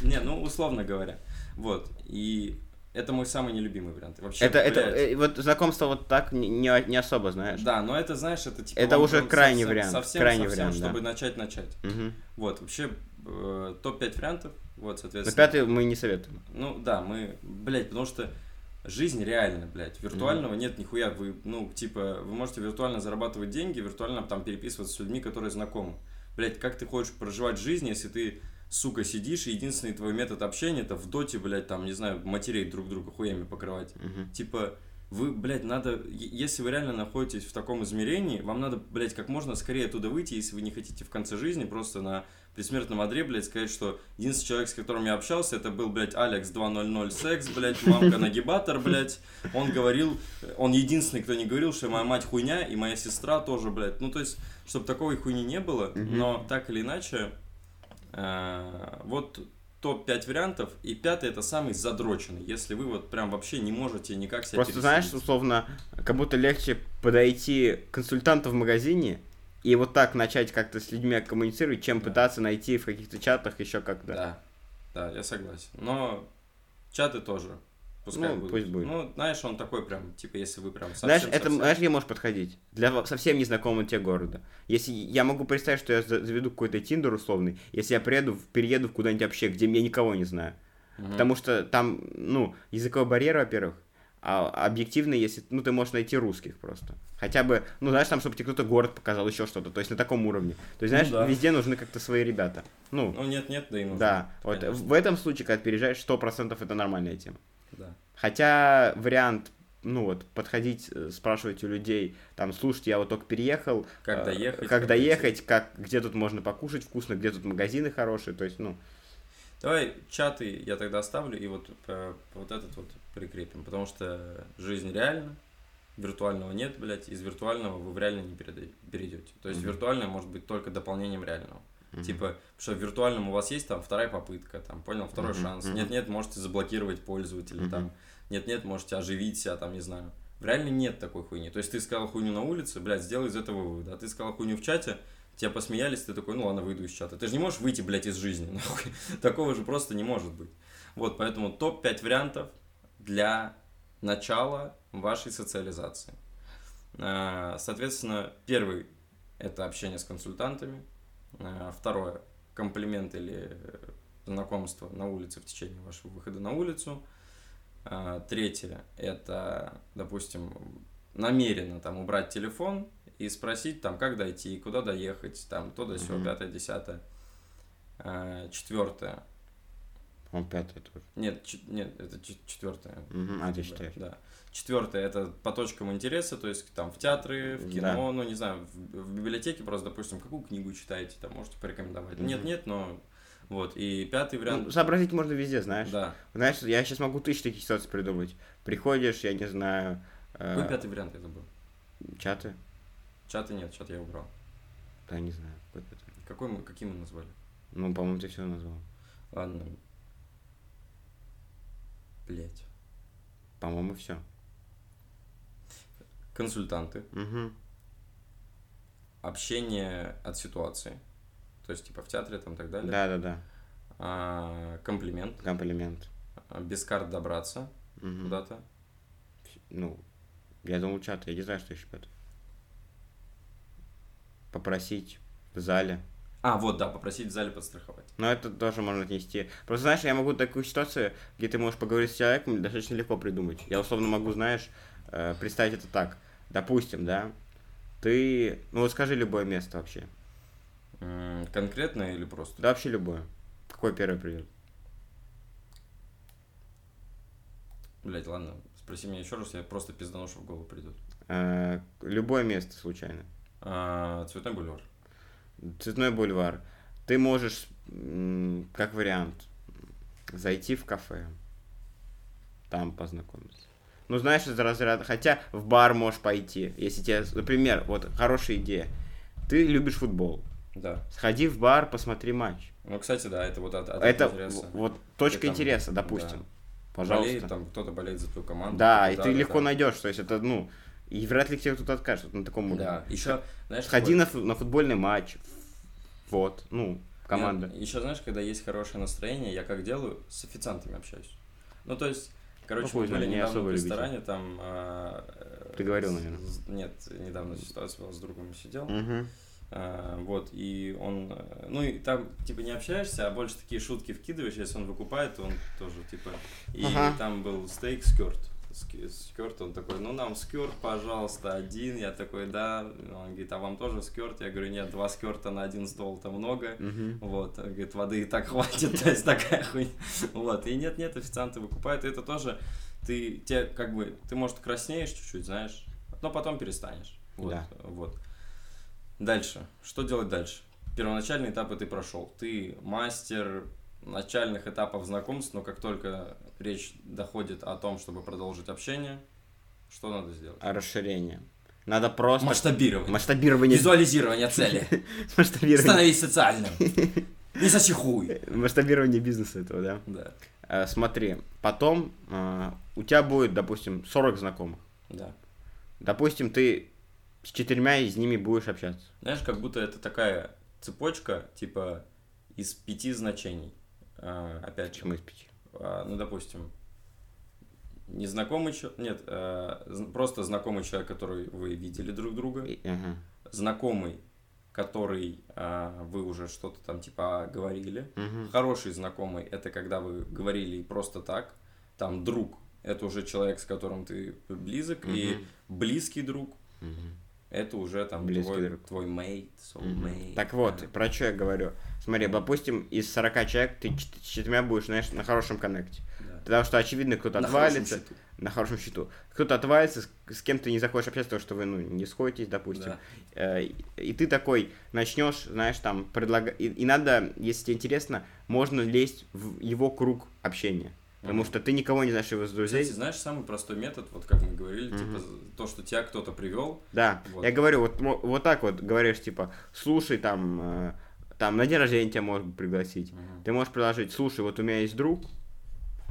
B: Не, ну, условно говоря. Вот. И это мой самый нелюбимый вариант. Вообще,
A: Это, это,
B: блядь.
A: э, вот знакомство вот так не, не- не особо, знаешь.
B: Да, но это, знаешь, это типа...
A: Это
B: он
A: уже
B: прям
A: крайний
B: совсем-
A: вариант,
B: Совсем,
A: крайний
B: совсем,
A: вариант, да.
B: чтобы начать-начать.
A: Мгм.
B: Вот, вообще, э, топ-5 вариантов, вот,
A: Но
B: соответственно.
A: Ну, пятый мы не советуем.
B: Ну, да, мы, блядь, потому что жизнь реально, блядь, виртуального нет нихуя. Вы, ну, типа, вы можете виртуально зарабатывать деньги, виртуально там переписываться с людьми, которые знакомы. Блядь, как ты хочешь проживать жизнь, если ты, сука, сидишь, и единственный твой метод общения это в доте, блядь, там, не знаю, матерей друг друга хуями покрывать.
A: Мгм.
B: Типа, вы, блядь, надо, е- если вы реально находитесь в таком измерении, вам надо, блядь, как можно скорее оттуда выйти, если вы не хотите в конце жизни просто на предсмертном одре, блядь, сказать, что единственный человек, с которым я общался, это был, блядь, Алекс 2.00 секс, блядь, мамка нагибатор, блядь. Он говорил, он единственный, кто не говорил, что моя мать хуйня и моя сестра тоже, блядь. Ну, то есть, чтобы такой хуйни не было,
A: Мгм.
B: но так или иначе, э, вот топ-5 вариантов, и пятый это самый задроченный, если вы вот прям вообще не можете никак себя
A: Просто знаешь,
B: пересилить.
A: условно, как будто легче подойти к консультанту в магазине и вот так начать как-то с людьми коммуницировать, чем
B: Да.
A: пытаться найти в каких-то чатах еще
B: да.
A: как-то.
B: да. я согласен. Но чаты тоже. Пускай
A: Ну,
B: будут.
A: пусть будет.
B: Ну, знаешь, он такой прям, типа, если вы прям совсем...
A: Знаешь, это,
B: совсем-
A: знаешь, где можешь подходить? Для во- совсем незнакомого тебе города. Если я могу представить, что я за- заведу какой-то Тиндер условный, если я приеду, в- перееду в куда-нибудь вообще, где я никого не знаю.
B: Мгм.
A: Потому что там, ну, языковой барьер, во-первых, а объективно, если, ну, ты можешь найти русских просто. Хотя бы, ну, знаешь, там, чтобы тебе кто-то город показал, еще что-то, то есть на таком уровне. То есть,
B: Ну
A: знаешь,
B: да.
A: везде нужны как-то свои ребята. Ну,
B: Ну, нет-нет, да и нужно.
A: да, вот
B: Конечно.
A: в этом случае, когда ты переезжаешь, 100% это нормальная тема.
B: Да.
A: Хотя вариант, ну, вот, подходить, э, спрашивать у людей, там, слушайте, я вот только переехал.
B: Как
A: э,
B: доехать,
A: Как
B: как
A: доехать, как, где тут можно покушать вкусно, где тут магазины хорошие, то есть, ну,
B: Давай чаты я тогда оставлю и вот, э, вот этот вот прикрепим, потому что жизнь реальна, виртуального нет, блядь, из виртуального вы в реально не передай- перейдете. То есть
A: Мгм.
B: виртуальное может быть только дополнением реального.
A: Мгм.
B: Типа, потому что в виртуальном у вас есть там вторая попытка, там, понял, второй
A: Мгм,
B: шанс.
A: мгм.
B: Нет-нет, можете заблокировать пользователя,
A: Мгм.
B: там, нет-нет, можете оживить себя, там, не знаю. В реально нет такой хуйни. То есть ты сказал хуйню на улице, блядь, сделай из этого вывод. А ты сказал хуйню в чате, тебя посмеялись, ты такой, ну ладно, выйду из чата. Ты же не можешь выйти, блядь, из жизни, нахуй. Такого же просто не может быть. Вот, поэтому топ-5 вариантов для начала вашей социализации. А, Соответственно, первый – это общение с консультантами. А, Второе – комплимент или э, знакомство на улице в течение вашего выхода на улицу. А, Третье – это, допустим, намеренно там убрать телефон и спросить там, как дойти, куда доехать, там, то да сё,
A: Мгм.
B: пятое, десятое. Четвертое
A: он пятый тоже.
B: нет, чет- нет, это чет- четвертое.
A: Мгм, А, ты
B: Да,
A: считаешь?
B: Да. Четвертое это по точкам интереса, то есть там в театры, в кино,
A: Да.
B: ну не знаю, в, в библиотеке просто, допустим, какую книгу читаете, там можете порекомендовать.
A: Мгм.
B: Нет, нет, но вот. И пятый
A: Ну,
B: вариант.
A: сообразить можно везде, знаешь.
B: да.
A: Знаешь, я сейчас могу тысячи таких ситуаций придумать. Приходишь, я не знаю, э,
B: Какой пятый вариант это был?
A: чаты,
B: Чата нет, чат я убрал.
A: да, не знаю, какой пятый.
B: Какой мы, какие мы назвали?
A: Ну, по-моему, ты все назвал.
B: Ладно. Блять.
A: По-моему, все.
B: Консультанты.
A: Угу.
B: Общение от ситуации. То есть, типа в театре там и так далее.
A: Да-да-да,
B: А, комплимент.
A: комплимент.
B: А, Без карт добраться
A: Мгм.
B: куда-то.
A: Ну, я думал, чаты, я не знаю, что еще пятый. Попросить в зале.
B: А, вот, да, попросить в зале подстраховать.
A: Но это тоже можно отнести. Просто, знаешь, я могу такую ситуацию, где ты можешь поговорить с человеком, достаточно легко придумать. Я условно могу, знаешь, э, представить это так. Допустим, да, ты... Ну, вот скажи любое место вообще.
B: М, Конкретно или просто?
A: Да вообще любое. Какое первое придет?
B: Блять, ладно, спроси меня еще раз, я просто пиздану, что в голову придет.
A: Э, любое место случайно.
B: А, цветной бульвар.
A: Цветной бульвар. Ты можешь, м, как вариант, зайти в кафе. Там познакомиться. Ну, знаешь, из разряда... Хотя в бар можешь пойти, если тебе... Например, вот хорошая идея. Ты любишь футбол.
B: Да.
A: Сходи в бар, посмотри матч.
B: Ну, кстати, да, это вот от, от
A: это
B: интереса.
A: в- вот точка
B: Ты там-
A: интереса, допустим.
B: да. Болеет,
A: Пожалуйста.
B: там кто-то болеет за твою команду.
A: да,
B: кто-то
A: и ты
B: да,
A: легко
B: да.
A: найдешь. То есть это, ну, и вряд ли тебе кто-то откажет вот на таком уровне.
B: Да, еще, знаешь,
A: Сходи на, фу- на футбольный матч. Вот, ну, команда.
B: Еще, знаешь, когда есть хорошее настроение, я как делаю, с официантами общаюсь. Ну, то есть, короче,
A: хуй
B: мы
A: знает,
B: были
A: не
B: недавно
A: особо
B: в
A: любитель.
B: ресторане, там... а, э,
A: Ты говорил,
B: с-
A: наверное.
B: с- Нет, недавно ситуация была, с другом сидел.
A: Мгм.
B: А, Вот, и он... э, Ну, и там, типа, не общаешься, а больше такие шутки вкидываешь. Если он выкупает, то он тоже, типа... И
A: Ага.
B: там был стейк скерт. Скерт, он такой, ну, нам скерт, пожалуйста, один. Я такой, да. Он говорит, а вам тоже скерт? Я говорю, нет, два скерта на один стол, это много.
A: Мгм.
B: Вот, он говорит, воды и так хватит, то есть такая хуйня. Вот, и нет-нет, официанты выкупают, и это тоже, ты, те, как бы, ты, может, краснеешь чуть-чуть, знаешь, но потом перестанешь. Вот,
A: Да.
B: вот. Дальше. Что делать дальше? Первоначальные этапы ты прошел. Ты мастер начальных этапов знакомств, но как только речь доходит о том, чтобы продолжить общение, что надо сделать?
A: А Расширение. Надо просто...
B: Масштабирование.
A: Масштабирование.
B: Визуализирование цели.
A: Масштабирование.
B: Становись социальным. Не зачехуй.
A: Масштабирование бизнеса этого, да.
B: Да,
A: Э, Смотри, потом э, у тебя будет, допустим, 40 знакомых.
B: да.
A: Допустим, ты с четырьмя из ними будешь общаться.
B: Знаешь, как будто это такая цепочка, типа, из пяти значений. А, опять же,
A: Почему из пяти?
B: а, ну, допустим, незнакомый человек, нет, а, зн- просто знакомый человек, который вы видели друг друга,
A: И- ага.
B: знакомый, который а, вы уже что-то там, типа, говорили,
A: Мгм.
B: Хороший знакомый это когда вы говорили и просто так. Там друг это уже человек, с которым ты близок, и
A: Мгм.
B: близкий друг
A: Мгм.
B: это уже там
A: Близкий
B: твой,
A: друг.
B: твой mate,
A: Мгм.
B: soulmate.
A: Так вот,
B: Да.
A: про что я говорю. Смотри, допустим, из 40 человек ты чет- с четырьмя будешь, знаешь, на хорошем коннекте.
B: Да.
A: Потому что, очевидно, кто-то
B: На хорошем
A: отвалится.
B: счету.
A: На хорошем счету. Кто-то отвалится, с, с кем ты не захочешь общаться, потому что вы, ну, не сходитесь, допустим.
B: Да.
A: Э, и- И ты такой начнешь, знаешь, там, предлагать. И, и надо, если тебе интересно, можно лезть в его круг общения. Потому
B: Мгм.
A: что ты никого не знаешь его из друзей.
B: Кстати, знаешь, самый простой метод, вот как мы говорили,
A: Мгм.
B: типа з- то, что тебя кто-то привел,
A: Да,
B: Вот.
A: я говорю, вот, мо- вот так вот говоришь, типа, слушай, там, э, там на день рождения тебя может пригласить. Ты можешь предложить, слушай, вот у меня есть друг,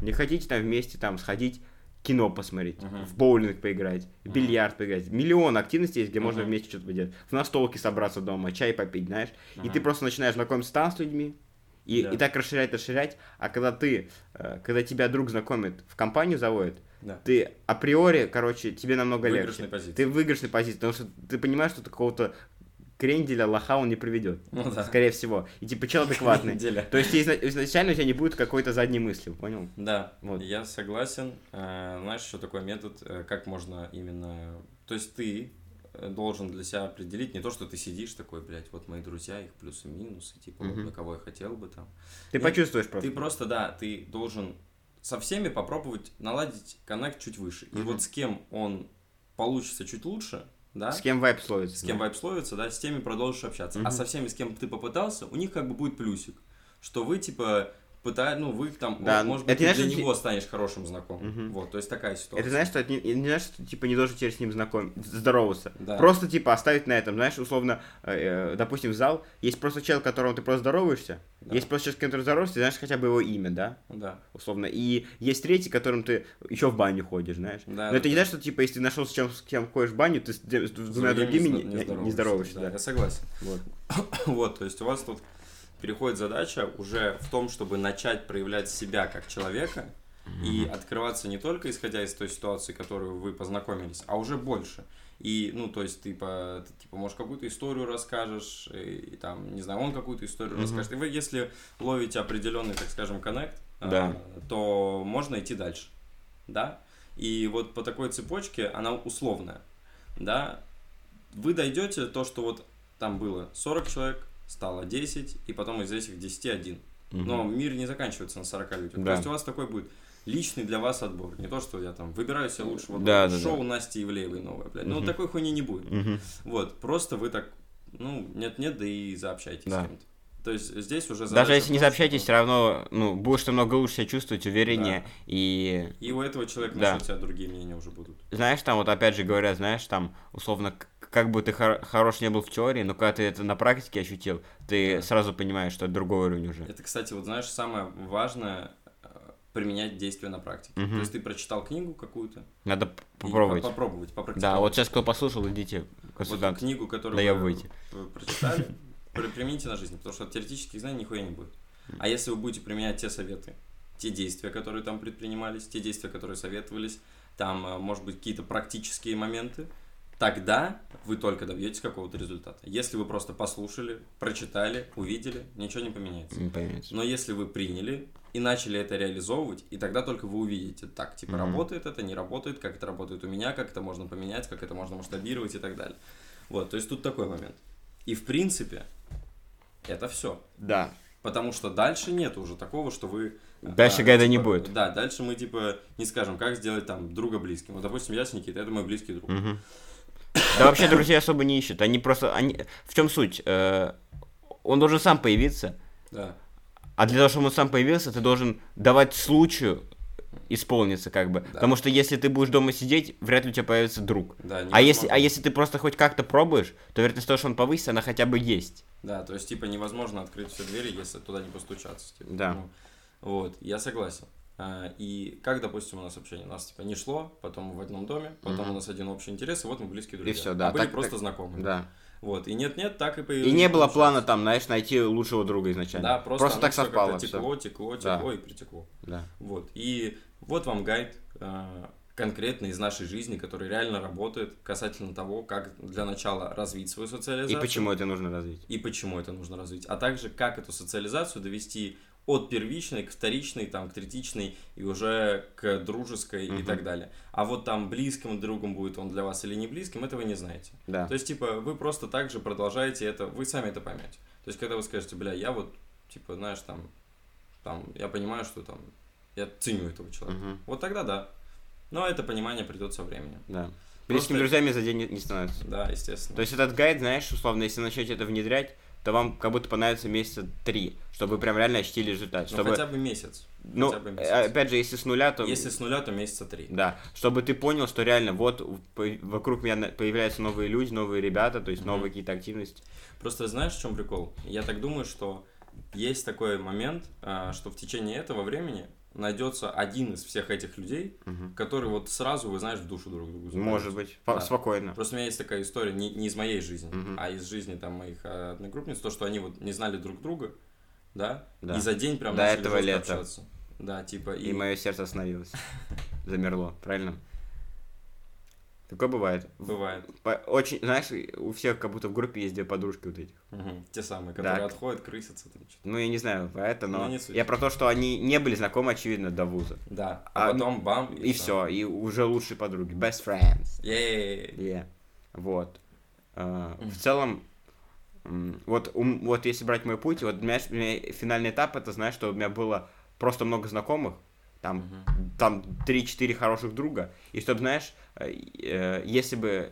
A: не хотите там вместе там сходить кино посмотреть,
B: Мгм.
A: в боулинг поиграть, в
B: Мгм.
A: бильярд поиграть. Миллион активностей есть, где можно
B: Мгм.
A: вместе что-то поделать. В настолке собраться дома, чай попить, знаешь. И ты
B: Мгм.
A: просто начинаешь знакомиться там с людьми, и,
B: Да.
A: и так расширять, расширять. А когда ты, э, когда тебя друг знакомит, в компанию заводит,
B: да.
A: ты априори, короче, тебе намного
B: Выигрышной
A: легче.
B: позиции.
A: Ты в выигрышной позиции, потому что ты понимаешь, что ты какого-то кренделя, лоха он не приведет.
B: Ну да.
A: Скорее всего. И типа чел адекватный.
B: Неделя.
A: То есть изна- изначально у тебя не будет какой-то задней мысли, понял?
B: Да,
A: Вот.
B: я согласен. Э, Знаешь, еще такой метод, э, как можно именно... То есть ты э, должен для себя определить не то, что ты сидишь такой, блядь, вот мои друзья, их плюсы и минусы, типа, вот
A: Мгм.
B: на кого я хотел бы там.
A: Ты
B: Нет,
A: почувствуешь просто.
B: Ну, Ты просто, да, ты должен со всеми попробовать наладить коннект чуть выше. И
A: Мгм.
B: вот с кем он получится чуть лучше, да,
A: С кем вайп словится.
B: а? с кем вайп словится, да, с теми продолжишь общаться.
A: Мгм.
B: А со всеми, с кем ты попытался, у них как бы будет плюсик, что вы типа пытаетесь, ну вы там,
A: Да,
B: о, может
A: это
B: быть, ты
A: знаешь,
B: для
A: что ти-
B: него станешь хорошим знакомым.
A: Мгм.
B: Вот, то есть такая ситуация.
A: Это знаешь, что это не, не знаешь, что типа не должен теперь с ним знаком здороваться.
B: Да.
A: Просто типа оставить на этом, знаешь, условно, э, э, допустим, в зал есть просто чел, которому ты просто здороваешься,
B: Да.
A: есть просто человек, с которым ты здороваешься, ты знаешь хотя бы его имя, да,
B: Да.
A: условно, и есть третий, которым ты еще в баню ходишь, знаешь.
B: Да,
A: Но
B: да,
A: это не
B: да.
A: знаешь, что типа если ты нашел с чем с кем ходишь в баню, ты с, тем- с
B: С
A: двумя
B: другими
A: другими
B: зна-
A: не, не здороваешься, да.
B: Я согласен.
A: Вот.
B: Вот, то есть у вас тут переходит задача уже в том, чтобы начать проявлять себя как человека и открываться не только исходя из той ситуации, которую вы познакомились, а уже больше. И, ну, то есть, типа, ты, типа, может, какую-то историю расскажешь, и, там, не знаю, он какую-то историю
A: Мгм.
B: расскажет. И вы, если ловите определенный, так скажем, коннект, а,
A: Да.
B: то можно идти дальше, да? И вот по такой цепочке, она условная, да? Вы дойдете то, что вот там было 40 человек, стало 10, и потом из этих 10 один. Но мир не заканчивается на 40 людях.
A: Да.
B: То есть у вас такой будет личный для вас отбор. Не то, что я там выбираю себе лучшего.
A: Да, да,
B: шоу Насти Ивлеевой новое, блядь. Ну,
A: Мгм.
B: такой хуйни не будет.
A: Мгм.
B: Вот, просто вы так, ну, нет-нет, да и заобщайтесь
A: Да.
B: с кем-то. То есть здесь уже
A: Даже
B: задача в
A: если не
B: том,
A: сообщаетесь,
B: что-
A: все равно, ну, будешь намного лучше себя чувствовать, увереннее. И
B: И у этого человека
A: Да.
B: насчет тебя другие мнения уже будут.
A: знаешь, там, вот опять же говоря, знаешь, там, условно, к- как бы ты хор- хорош не был в теории, но когда ты это на практике ощутил, ты
B: Да. Э,
A: сразу понимаешь, что это другой уровень уже.
B: Это, кстати, вот знаешь, самое важное э, применять действие на практике.
A: Мгм.
B: То есть ты прочитал книгу какую-то.
A: Надо п-
B: и
A: попробовать.
B: по- попробовать, попрактиковать.
A: Да, вот сейчас кто послушал, идите к
B: Вот
A: консультанту.
B: книгу, которую
A: Да я
B: вы
A: выйти.
B: п- прочитали, при- примените на жизнь, потому что от теоретических знаний нихуя не будет. А если вы будете применять те советы, те действия, которые там предпринимались, те действия, которые советовались, там, э, может быть, какие-то практические моменты, тогда вы только добьетесь какого-то результата. Если вы просто послушали, прочитали, увидели, ничего не поменяется.
A: Не поймёте.
B: Но если вы приняли и начали это реализовывать, и тогда только вы увидите, так, типа,
A: Мгм.
B: работает это, не работает, как это работает у меня, как это можно поменять, как это можно масштабировать и так далее. Вот, то есть тут такой момент. И в принципе, это все.
A: Да.
B: Потому что дальше нет уже такого, что вы...
A: Дальше
B: а,
A: гайда не
B: типа,
A: будет.
B: Да, дальше мы, типа, не скажем, как сделать там друга близким. Вот, допустим, я с Никитой, это мой близкий друг.
A: Мгм. Да вообще друзей особо не ищут. Они просто. Они... В чем суть? Э, Он должен сам появиться.
B: Да.
A: А для того, чтобы он сам появился, ты должен давать случаю исполниться, как бы.
B: Да.
A: Потому что если ты будешь дома сидеть, вряд ли у тебя появится друг.
B: да
A: А если,
B: невозможно.
A: а если ты просто хоть как-то пробуешь, то вероятность того, что он повысится, она хотя бы есть.
B: Да, то есть, типа, невозможно открыть все двери, если туда не постучаться. типа,
A: Да.
B: ну, вот, я согласен. А, И как, допустим, у нас общение? У нас, типа, не шло, потом мы в одном доме, потом
A: Мгм.
B: у нас один общий интерес, и вот мы близкие друзья.
A: всё, да,
B: А были
A: так-
B: просто
A: так-
B: знакомые.
A: Да.
B: Вот, и нет-нет, так и появилось.
A: И не было плана там, знаешь, найти лучшего друга изначально.
B: Да, просто, оно
A: так
B: всё
A: совпало.
B: как-то типа
A: всё.
B: Текло, текло,
A: Да.
B: текло и притекло.
A: Да.
B: Вот, и вот вам гайд э, конкретно из нашей жизни, который реально работает касательно того, как для начала развить свою
A: И
B: социализацию.
A: почему это нужно развить?
B: и почему это нужно развить, а также как эту социализацию довести от первичной к вторичной, там, к третичной и уже к дружеской и
A: Мгм.
B: так далее. А вот там близким другом будет он для вас или не близким, этого не знаете.
A: Да.
B: То есть, типа, вы просто так же продолжаете это, вы сами это поймете. То есть, когда вы скажете, бля, я вот, типа, знаешь, там, там, я понимаю, что там, я ценю этого человека.
A: Мгм.
B: Вот тогда да. Но это понимание придет со временем.
A: Да.
B: Просто-
A: Близкими друзьями за день не- не становится.
B: Да, естественно.
A: То есть этот гайд, знаешь, условно, если начать это внедрять, то вам как будто понадобится месяца три, чтобы прям реально ощутили результат.
B: Ну,
A: Чтобы,
B: хотя бы месяц.
A: ну,
B: хотя бы месяц.
A: э, опять же, если с нуля, то...
B: Если с нуля, то месяца три.
A: Да, чтобы ты понял, что реально вот в- по- вокруг меня на- появляются новые люди, новые ребята, то есть
B: Мгм.
A: новые какие-то активности.
B: Просто знаешь, в чем прикол? Я так думаю, что есть такой момент, а, что в течение этого времени найдется один из всех этих людей,
A: Мгм.
B: который вот сразу, вы знаешь, в душу друг другу заберется.
A: Может быть,
B: Да.
A: спокойно.
B: Просто у меня есть такая история, не, не из моей жизни,
A: Мгм.
B: а из жизни там моих а, одногруппниц, то, что они вот не знали друг друга, да,
A: Да.
B: и за день прям
A: До
B: начали
A: этого
B: жестко
A: лета.
B: общаться. Да, типа, и...
A: И мое сердце остановилось. Замерло, правильно? Такое бывает.
B: бывает.
A: По- Очень, знаешь, у всех как будто в группе есть две подружки вот этих.
B: Мгм. Те самые, которые
A: Да.
B: отходят, крысятся там что-то.
A: Ну, я не знаю про это, но
B: Ну, не суть.
A: я про то, что они не были знакомы, очевидно, до вуза.
B: Да, а,
A: А,
B: потом бам,
A: И все, и уже лучшие подруги. Best friends.
B: Е-е-е.
A: Yeah. Вот. А,
B: Мгм.
A: В целом, м, вот, у м- вот если брать мой путь, вот знаешь, у меня финальный этап, это, знаешь, что у меня было просто много знакомых, там
B: Мгм.
A: там 3-4 хороших друга, и чтобы, знаешь, э, э, если бы,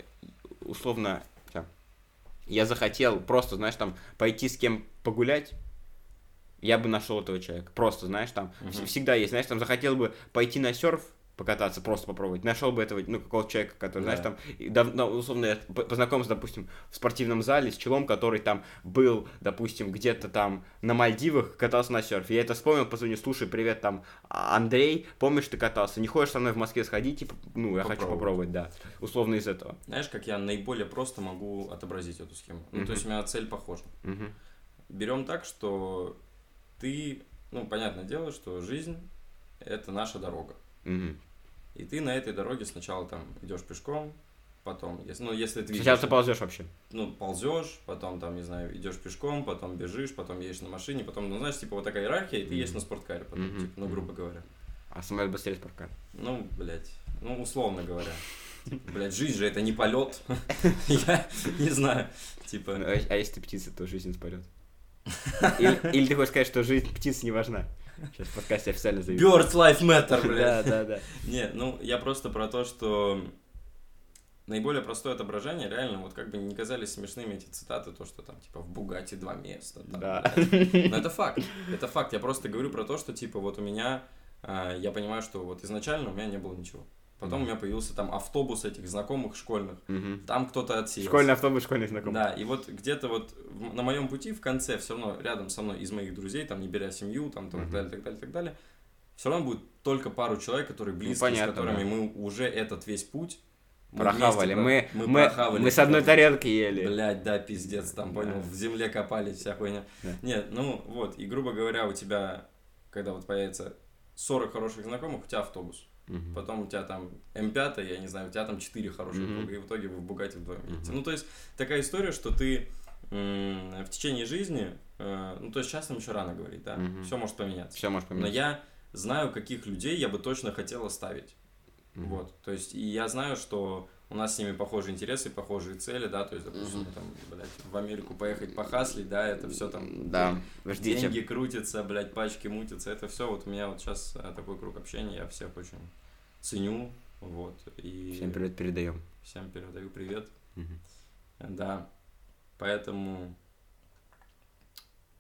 A: условно, там, я захотел просто, знаешь, там, пойти с кем погулять, я бы нашел этого человека. Просто, знаешь, там, вс-
B: Мгм.
A: всегда есть, знаешь, там, захотел бы пойти на серф, покататься, просто попробовать. Нашел бы этого, ну, какого-то человека, который,
B: Да.
A: знаешь, там, и давно, условно, я п- познакомился, допустим, в спортивном зале с челом, который там был, допустим, где-то там на Мальдивах, катался на серфе. Я это вспомнил, позвонил, слушай, привет, там, а- Андрей, помнишь, ты катался, не хочешь со мной в Москве сходить? Типа, ну, я хочу попробовать,
B: Попробовать.
A: да. Условно из этого.
B: Знаешь, как я наиболее просто могу отобразить эту схему? Ну, то
A: Мгм.
B: есть у меня цель похожа.
A: Мгм.
B: Берем так, что ты, ну, понятное дело, что жизнь – это наша дорога.
A: Мгм.
B: И ты на этой дороге сначала там идешь пешком, потом, если, ну, если ты
A: Сначала
B: видишь,
A: ты ползешь вообще.
B: ну, ползешь, потом там, не знаю, идешь пешком, потом бежишь, потом едешь на машине, потом, ну, знаешь, типа вот такая иерархия, и ты
A: Мгм.
B: едешь на спорткаре потом,
A: Мгм.
B: типа, ну, грубо говоря.
A: А самолет быстрее с парка.
B: Ну, блядь, ну, условно говоря. Типа, Блядь, жизнь же это не полет. Я не знаю,
A: Ну,
B: типа...
A: А а если ты птица, то жизнь спалет. Или, или ты хочешь сказать, что жизнь птиц не важна? Сейчас в подкасте официально заявили.
B: Birds Life Matter,
A: Да,
B: блядь.
A: да, да.
B: Не, ну я просто про то, что наиболее простое отображение, реально, вот как бы не казались смешными эти цитаты, то, что там, типа, в Бугате два места. там,
A: Да.
B: но это факт. Это факт. Я просто говорю про то, что типа вот у меня, а, я понимаю, что вот изначально у меня не было ничего. Потом у меня появился там автобус этих знакомых школьных.
A: Мгм.
B: Там кто-то отсеялся.
A: Школьный автобус, школьный знакомый.
B: Да, и вот где-то вот в м- на моем пути в конце все равно рядом со мной из моих друзей, там не беря семью, там так
A: Мгм.
B: далее, так далее, так далее, все равно будет только пару человек, которые близки,
A: Ну, понятно,
B: с которыми
A: да.
B: мы уже этот весь путь мы
A: Прохавали. Мы,
B: вместе,
A: мы,
B: да,
A: мы,
B: прохавали
A: с одной
B: этот
A: тарелки ели.
B: Блять, да, пиздец, там,
A: Да.
B: понял, в земле копали, вся хуйня.
A: Да.
B: Нет, ну вот, и грубо говоря, у тебя, когда вот появится 40 хороших знакомых, у тебя автобус.
A: Мгм.
B: Потом у тебя там М5, я не знаю, у тебя там 4 хороших
A: Мгм.
B: друга, и в итоге вы в Бугате вдвоем
A: Мгм.
B: едете. Ну, то есть, такая история, что ты м, в течение жизни, э, ну, то есть, сейчас нам еще рано говорить, да,
A: Мгм.
B: все может поменяться.
A: Все можешь
B: Но
A: поменять.
B: я знаю, каких людей я бы точно хотел оставить.
A: Мгм.
B: Вот, то есть, и я знаю, что у нас с ними похожие интересы, похожие цели, да, то есть, допустим, там, блядь, в Америку поехать похаслить, да, это все там...
A: Да, ждите.
B: Деньги крутятся, блядь, пачки мутятся, это все вот у меня вот сейчас такой круг общения, я всех очень ценю, вот, и...
A: Всем привет передаем.
B: всем передаю привет, да, поэтому...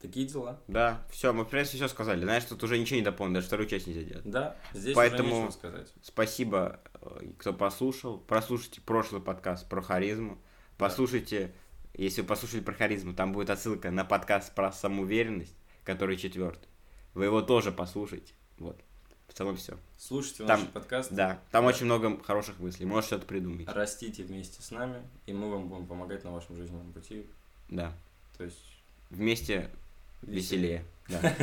B: Такие дела.
A: Да, все, мы в принципе все сказали. Знаешь, тут уже ничего не дополним, даже вторую часть нельзя делать.
B: Да, здесь
A: Поэтому-
B: уже нечего сказать.
A: Спасибо, э, кто послушал. Прослушайте прошлый подкаст про харизму. Послушайте, если вы послушали про харизму, там будет отсылка на подкаст про самоуверенность, который четвертый. Вы его тоже послушайте. Вот. В целом все.
B: Слушайте
A: Там-
B: наш подкаст,
A: Да, там очень много хороших мыслей. Может, что-то придумать.
B: растите вместе с нами, и мы вам будем помогать на вашем жизненном пути,
A: Да.
B: то есть...
A: Вместе веселее. Да.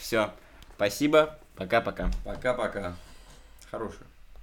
A: Все. Спасибо. Пока-пока.
B: Пока-пока. Хороший.